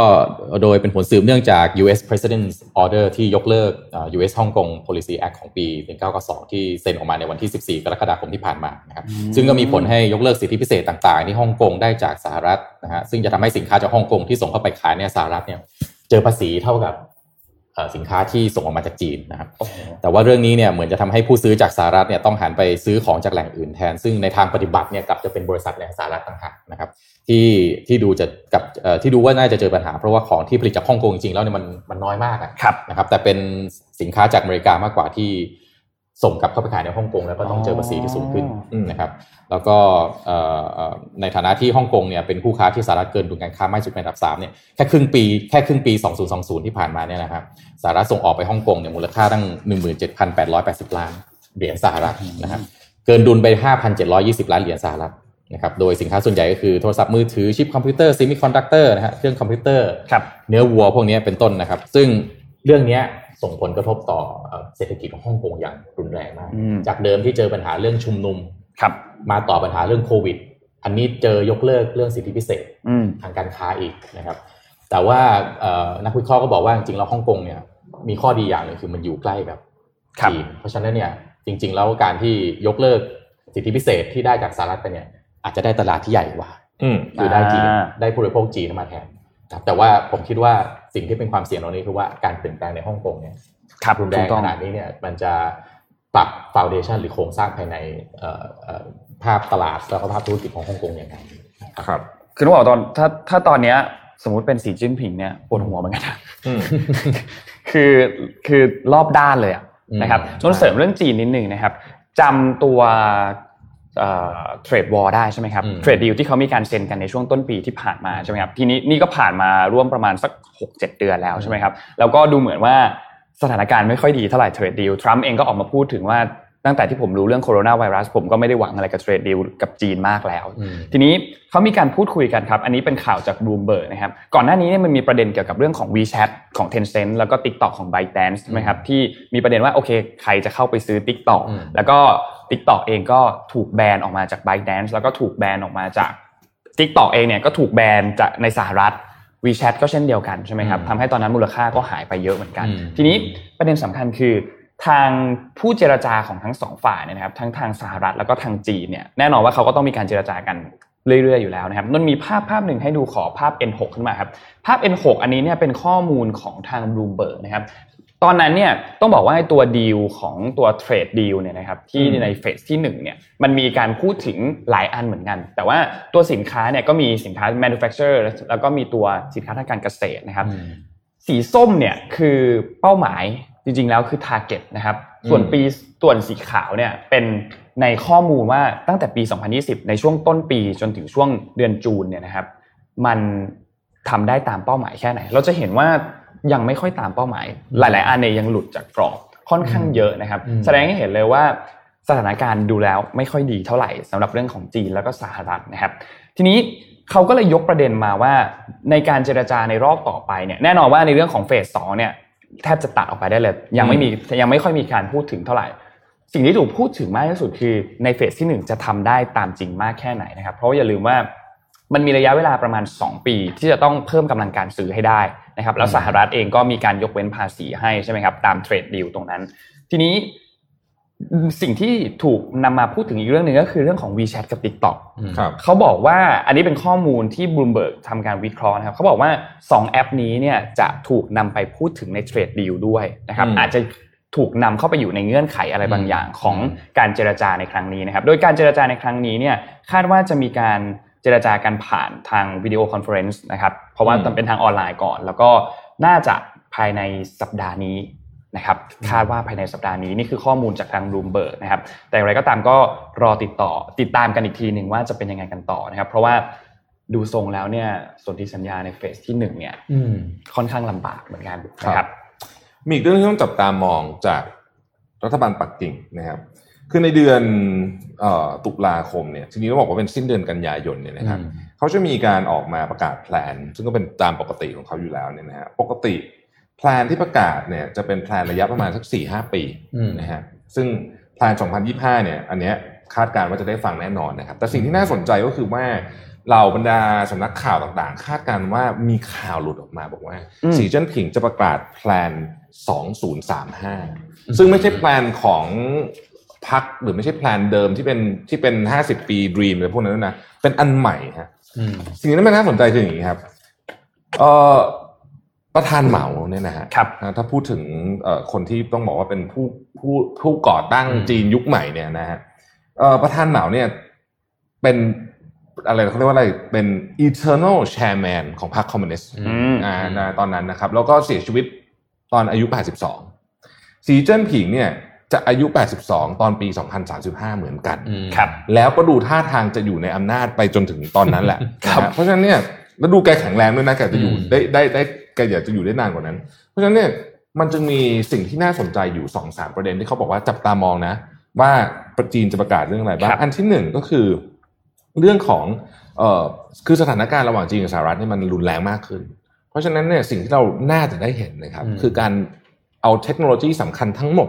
โดยเป็นผลสืบเนื่องจาก U.S. President's Order ที่ยกเลิกเอ่อ U.S. ฮ่องกง Policy Act ของปี 1992 ที่เซ็นออกมาในวันที่ 14 กรกฎาคมที่ผ่านมานะครับ อืม ซึ่งก็มีผลให้ยกเลิกสิทธิพิเศษต่างๆ ที่ฮ่องกงได้จากสหรัฐนะฮะซึ่งจะทำให้สินค้าจากฮ่องกงที่ส่งเข้าไปขายในสหรัฐเนี่ยเจอภาษีเท่ากับเอ่อสินค้าที่ส่งออกมาจากจีนนะครับ โอ้โห แต่ว่าเรื่องนี้เนี่ยเหมือนจะทำให้ผู้ซื้อจากสหรัฐเนี่ยต้องหันไปซื้อของจากแหล่งอื่นแทน ซึ่งในทางปฏิบัติเนี่ยกลับจะเป็นบริษัทในสหรัฐต่างหากนะครับที่ที่ดูจะกับเอ่อที่ดูว่าน่าจะเจอปัญหา เพราะว่าของที่ผลิตจากฮ่องกงจริงๆแล้วเนี่ยมันมันน้อยมากอะ ครับ นะครับแต่เป็นสินค้าจากอเมริกามากกว่าที่ส่งกลับเข้าไปขายในฮ่องกงแล้วก็ต้องเจอภาษีที่สูงขึ้น อ๋อ นะครับแล้วก็เอ่อเอ่อในฐานะที่ฮ่องกงเนี่ยเป็นคู่ค้าที่สหรัฐเกินดุลการค้ามากที่สุดในอันดับสามเนี่ยแค่ครึ่งปีแค่ครึ่งปี 2020 ที่ผ่านมาเนี่ยนะครับ สหรัฐส่งออกไปฮ่องกงเนี่ยมูลค่าตั้ง 17,880 ล้านเหรียญสหรัฐนะครับเกินดุลไป 5,720 ล้านเหรียญสหรัฐนะครับโดยสินค้าส่วนใหญ่ก็คือโทรศัพท์มือถือชิปคอมพิวเตอร์ซิมิคอนดักเตอร์นะฮะเครื่องคอมพิวเตอร์ ครับ เนื้อวัวพวกนี้เป็นต้นนะครับ ซึ่งเรื่องเนี้ยส่งผลกระทบต่อเอ่อเศรษฐกิจของฮ่องกงอย่างรุนแรงมาก อืม จากเดิมที่เจอปัญหาเรื่องชุมนุม ครับ มาต่อปัญหาเรื่องโควิด อันนี้เจอยกเลิกเรื่องสิทธิพิเศษ อืม ทางการค้าอีกนะครับ แต่ว่าเอ่อนักวิเคราะห์ก็บอกว่าจริงๆแล้วฮ่องกงเนี่ยมีข้อดีอย่างหนึ่งคือมันอยู่ใกล้กับ ครับ จีนเพราะฉะนั้นเนี่ยจริง ๆ แล้วการที่ยกเลิกสิทธิพิเศษที่ได้จากสหรัฐไปเนี่ยอาจจะได้ตลาดที่ใหญ่กว่า อืม คือได้จีน อ่า ได้ผู้บริโภคจีนมาแทนครับแต่ว่าผมคิดว่าสิ่งที่เป็นความเสี่ยงตรงนี้คือว่าการเปลี่ยนแปลงในฮ่องกงเนี่ย ครับ รุนแร ถู ง กต้อ ข ง นาดนี้เนี่ยมันจะปรับฟาวเดชันหรือโครงสร้างภายในเอ่อเอ่อภาพตลาดแล้วก็ภาพธุรกิจของฮ่องกงยังไง ครับ คือต้องบอกว่าตอนถ้าถ้าตอนเนี้ยสมมติเป็นสีจิ้นผิงเนี่ยปวดหัวเหมือนกันนะ อืม คือคือรอบด้านเลยอะ อืม นะครับ ใช่ นนท์เสริมเรื่องจีนนิดหนึ่งนะครับจำตัวเทรดวอ r ได้ใช่ไหมครับ อืม เทรดดีลที่เขามีการเซ็นกันในช่วงต้นปีที่ผ่านมาใช่ไหมครับทีนี้นี่ก็ผ่านมาร่วมประมาณสัก 6-7 เดือนแล้วใช่ไหมครับแล้วก็ดูเหมือนว่าสถานการณ์ไม่ค่อยดีเท่าไหร่เทรดดีลทรัมป์เองก็ออกมาพูดถึงว่าตั้งแต่ที่ผมรู้เรื่องโคโรนาไวรัสผมก็ไม่ได้หวังอะไรกับเทรดดีลกับจีนมากแล้ว อืม ทีนี้เขามีการพูดคุยกันครับ อันนี้เป็นข่าวจากบลูมเบิร์กนะครับ ก่อนหน้านี้เนี่ยมันมีประเด็นเกี่ยวกับเรื่องของ WeChat ของ Tencent แล้วก็ TikTok ของ ByteDance ใช่ไหมครับ ที่มีประเด็นว่าโอเค ใครจะเข้าไปซื้อ TikTok อืม แล้วก็ TikTok เองก็ถูกแบนออกมาจาก ByteDance แล้วก็ถูกแบนออกมาจาก TikTok เองเนี่ยก็ถูกแบนจากในสหรัฐ WeChat ก็เช่นเดียวกันใช่ไหมครับ อืม ทำให้ตอนนั้นมูลค่าก็หายไปเยอะเหมือนกัน อืม ทีนี้ประเด็นสำคัญคือ ทางผู้เจรจาของทั้งสองฝ่ายเนี่ยนะครับทั้งทางสหรัฐแล้วก็ทางจีนเนี่ยแน่นอนว่าเขาก็ต้องมีการเจรจากันเรื่อยๆอยู่แล้วนะครับนนท์มีภาพภาพหนึ่งให้ดูขอภาพ N6 ขึ้นมาครับภาพ N6 อันนี้เนี่ยเป็นข้อมูลของทาง Bloomberg นะครับตอนนั้นเนี่ยต้องบอกว่าไอ้ตัวดีลของตัวเทรดดีลเนี่ยนะครับที่ อืม ในเฟสที่1เนี่ยมันมีการพูดถึงหลายอันเหมือนกัน แต่ว่าตัวสินค้าเนี่ยก็มีสินค้า manufacturer แล้วก็มีตัวสินค้าทางการเกษตรนะครับ อืม สีส้มเนี่ยคือเป้าหมายจริงๆแล้วคือ Target นะครับ ส่วน อืม ปีส่วนสีขาวเนี่ยเป็นในข้อมูลว่าตั้งแต่ปี 2020 ในช่วงต้นปีจนถึงช่วงเดือนจูนเนี่ยนะครับ มันทำได้ตามเป้าหมายแค่ไหน เราจะเห็นว่ายังไม่ค่อยตามเป้าหมาย หลาย ๆ อันเนี่ยยังหลุดจากกรอบค่อนข้างเยอะนะครับ อืม แสดงให้เห็นเลยว่าสถานการณ์ดูแล้วไม่ค่อยดีเท่าไหร่สำหรับเรื่องของจีนแล้วก็สหรัฐนะครับ ทีนี้เขาก็เลยยกประเด็นมาว่าในการเจรจาในรอบต่อไปเนี่ยแน่นอนว่าในเรื่องของเฟสสองเนี่ยแทบจะตัดออกไปได้เลย ยังไม่มียังไม่ค่อยมีการพูดถึงเท่าไหร่ สิ่งที่ถูกพูดถึงมากที่สุดคือในเฟสที่หนึ่งจะทำได้ตามจริงมากแค่ไหนนะครับ เพราะว่าอย่าลืมว่า มันมีระยะเวลาประมาณ 2 ปี ที่จะต้องเพิ่มกำลังการซื้อให้ได้นะครับแล้วสหรัฐเองก็มีการยกเว้นภาษีให้ใช่ไหมครับตามเทรดดิวตรงนั้น ทีนี้สิ่งที่ถูกนำมาพูดถึงอีกเรื่องหนึ่งก็คือเรื่องของ WeChat กับ TikTok อืม ครับ เขาบอกว่าอันนี้เป็นข้อมูลที่บลู o เบิร์กทำการวิเคราะห์นะครับเขาบอกว่า 2 แอปนี้เนี่ยจะถูกนำไปพูดถึงในเทรดดิวด้วยนะครับ อืม อาจจะถูกนำเข้าไปอยู่ในเงื่อนไขอะไรบางอย่างของการเจรจาในครั้งนี้นะครับ โดยการเจรจาในครั้งนี้เนี่ยคาดว่าจะมีการเจรจากันผ่านทางวิดีโอคอนเฟอเรนซ์นะครับเพราะว่า อืม เป็นทางออนไลน์ก่อน แล้วก็น่าจะภายในสัปดาห์นี้นะครับคาดว่าภายในสัปดาห์นี้นี่คือข้อมูลจากทางรูมเบิร์กนะครับ แต่อย่างไรก็ตามก็รอติดต่อติดตามกันอีกทีหนึ่งว่าจะเป็นยังไงกันต่อนะครับ เพราะว่าดูทรงแล้วเนี่ยส่วนที่สัญญาในเฟสที่หนึ่งเนี่ย อืม ค่อนข้างลำบากเหมือนกันนะครับ มีอีกเรื่องที่ต้องจับตามองจากรัฐบาลปักกิ่งนะครับ คือในเดือนเออตุลาคมเนี่ยทีนี้ต้องบอกว่าเป็นสิ้นเดือนกันยายนเนี่ยนะครับ เขาจะมีการออกมาประกาศแพลน ซึ่งก็เป็นตามปกติของเขาอยู่แล้วเนี่ยนะฮะปกติแพลนที่ประกาศเนี่ยจะเป็นแพลนระยะประมาณสักสี่ห้าปี อืม นะฮะซึ่งแพลน 2025 เนี่ย อันเนี้ยคาดการณ์ว่าจะได้ฟังแน่นอนนะครับ แต่สิ่งที่น่าสนใจก็คือว่าเหล่าบรรดาสำนักข่าวต่างๆ คาดการณ์ว่ามีข่าวหลุดออกมาบอกว่า อืม สีจิ้นผิงจะประกาศแพลน 2035 ซึ่งไม่ใช่แพลนของพักหรือไม่ใช่แพลนเดิมที่เป็นที่เป็น 50 ปีดีมอะไรพวกนั้นด้วยนะ เป็นอันใหม่ฮะ อืม สิ่งที่มันน่าสนใจคืออย่างนี้ครับเอ่อประธานเหมาเนี่ยนะฮะ ครับ นะถ้าพูดถึงเอ่อคนที่ต้องบอกว่าเป็นผู้ผู้ผู้ก่อตั้ง อืม จีนยุคใหม่เนี่ยนะฮะเอ่อประธานเหมาเนี่ยเป็นอะไรเขาเรียกว่าอะไรเป็น eternal chairman ของพรรคคอมมิวนิสต์ อื อื ม ม อ่านะตอนนั้นนะครับ แล้วก็เสียชีวิตตอนอายุ 82 สีเจิ้นผิงเนี่ยจะอายุ 82 ตอนปี 2035 เหมือนกัน อืม ครับ แล้วก็ดูท่าทางจะอยู่ในอำนาจไปจนถึงตอนนั้นแหละ ครับ นะฮะเพราะฉะนั้นเนี่ยแล้วดูแกแข็งแรงด้วยนะแกจะอยู่ อืม ได้ได้ได้แกอยากจะอยู่ได้นานกว่านั้น เพราะฉะนั้นเนี่ยมันจึงมีสิ่งที่น่าสนใจอยู่สองสามประเด็นที่เขาบอกว่าจับตามองนะ ว่าจีนจะประกาศเรื่องอะไรบ้าง ครับ อันที่หนึ่งก็คือเรื่องของเอ่อคือสถานการณ์ระหว่างจีนกับสหรัฐเนี่ยมันรุนแรงมากขึ้น เพราะฉะนั้นเนี่ยสิ่งที่เราน่าจะได้เห็นนะครับ อืม คือการเอาเทคโนโลยีสำคัญทั้งหมด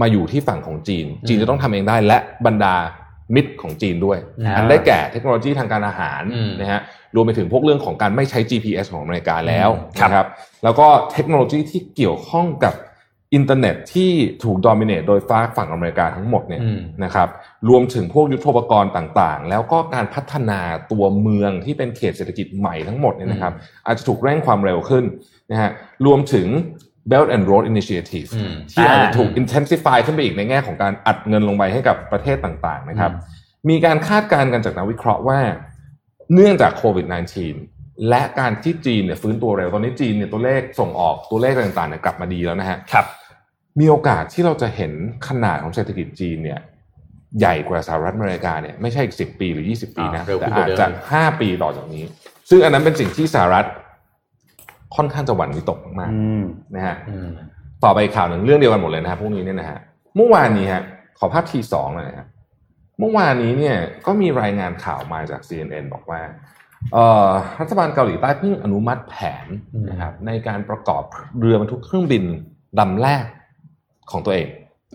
มาอยู่ที่ฝั่งของจีน อืม จีนจะต้องทำเองได้และบรรดามิตรของจีนด้วย อ่า อันได้แก่เทคโนโลยีทางการอาหาร อืม นะฮะรวมไปถึงพวกเรื่องของการไม่ใช้ GPS ของอเมริกาแล้ว อืมครับ นะครับ แล้วก็เทคโนโลยีที่เกี่ยวข้องกับอินเทอร์เน็ตที่ถูกดอมิเนตโดยฟ้าฝั่งอเมริกาทั้งหมดเนี่ย อืม นะครับรวมถึงพวกยุทโธปกรณ์ต่างๆ แล้วก็การพัฒนาตัวเมืองที่เป็นเขตเศรษฐกิจใหม่ทั้งหมดเนี่ยนะครับ อาจจะถูกเร่งความเร็วขึ้นนะฮะรวมถึง Belt and Road Initiative อืม ที่อาจจะ อ่า ถูก intensify ขึ้นไปอีกในแง่ของการอัดเงินลงไปให้กับประเทศต่างๆนะครับ อื มีการคาดการณ์กันจากนักวิเคราะห์ว่า เนื่องจากโควิด -19 และการที่จีนเนี่ยฟื้นตัวเร็ว ตอนนี้จีนเนี่ยตัวเลขส่งออกตัวเลขอะไรต่างๆเนี่ยกลับมาดีแล้วนะฮะ ครับ มีโอกาสที่เราจะเห็นขนาดของเศรษฐกิจจีนเนี่ยใหญ่กว่าสหรัฐอเมริกาเนี่ยไม่ใช่อีกสิบปีหรือยี่สิบปีนะ อ่าเร็วขึ้ แต่ นอาจกว่าเดิม จะห้าปีต่อจากนี้ ซึ่งอันนั้นเป็นสิ่งที่สหรัฐค่อนข้างจะหวั่นวิตกมาก อืม ๆนะฮะ อืม ต่อไปข่าวหนึ่งเรื่องเดียวกันหมดเลยนะครับพวกนี้เนี่ยนะฮะเมื่อวานนี้ฮะขอภาพทีสองหน่อยนะฮะเมื่อวานนี้เนี่ยก็มีรายงานข่าวมาจาก CNN บอกว่าเอ่อรัฐบาลเกาหลีใต้เพิ่งอนุมัติแผน อืม นะครับในการประกอบเรือบรรทุกเครื่องบินลำแรกของตัวเอง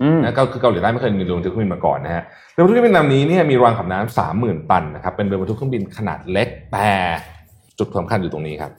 อืม นะก็คือเกาหลีใต้ไม่เคยมีเรือบรรทุกเครื่องบินมาก่อนนะฮะเรือบรรทุกเครื่องบินลำนี้เนี่ยมีรางขับน้ำสามหมื่นตันนะครับเป็นเรือบรรทุกเครื่องบินขนาดเล็กแต่จุดสำคัญอยู่ตรงนี้ครับ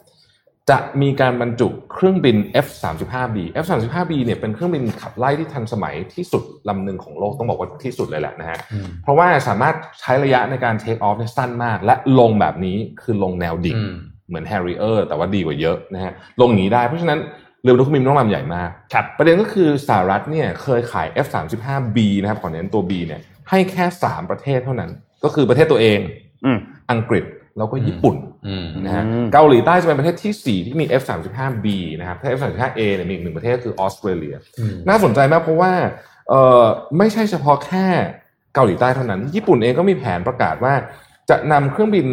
จะมีการบรรจุเครื่องบิน F35B F35B เนี่ยเป็นเครื่องบินขับไล่ที่ทันสมัยที่สุดลำหนึ่งของโลกต้องบอกว่าที่สุดเลยแหละนะฮะ อืม เพราะว่าสามารถใช้ระยะในการเทคออฟเนี่ยสั้นมาก และลงแบบนี้คือลงแนวดิ่ง อืม เหมือน Harrier แต่ว่าดีกว่าเยอะนะฮะลงอย่างนี้ได้เพราะฉะนั้นเรือบรรทุกเครื่องบินต้องลำใหญ่มาก ครับ ประเด็นก็คือสหรัฐเนี่ยเคยขาย F35B นะครับขอเน้นตัว B เนี่ยให้แค่ 3 ประเทศเท่านั้น ก็คือประเทศตัวเอง อืม อังกฤษแล้วก็ญี่ปุ่น อืม นะฮะ อืม เกาหลีใต้จะเป็นประเทศที่ 4 ที่มี F35B นะครับถ้า F35A เนี่ยมีอีกหนึ่งประเทศคือออสเตรเลีย อืม น่าสนใจมากเพราะว่าเอ่อไม่ใช่เฉพาะแค่เกาหลีใต้เท่านั้น ญี่ปุ่นเองก็มีแผนประกาศว่า จะนำเครื่องบิน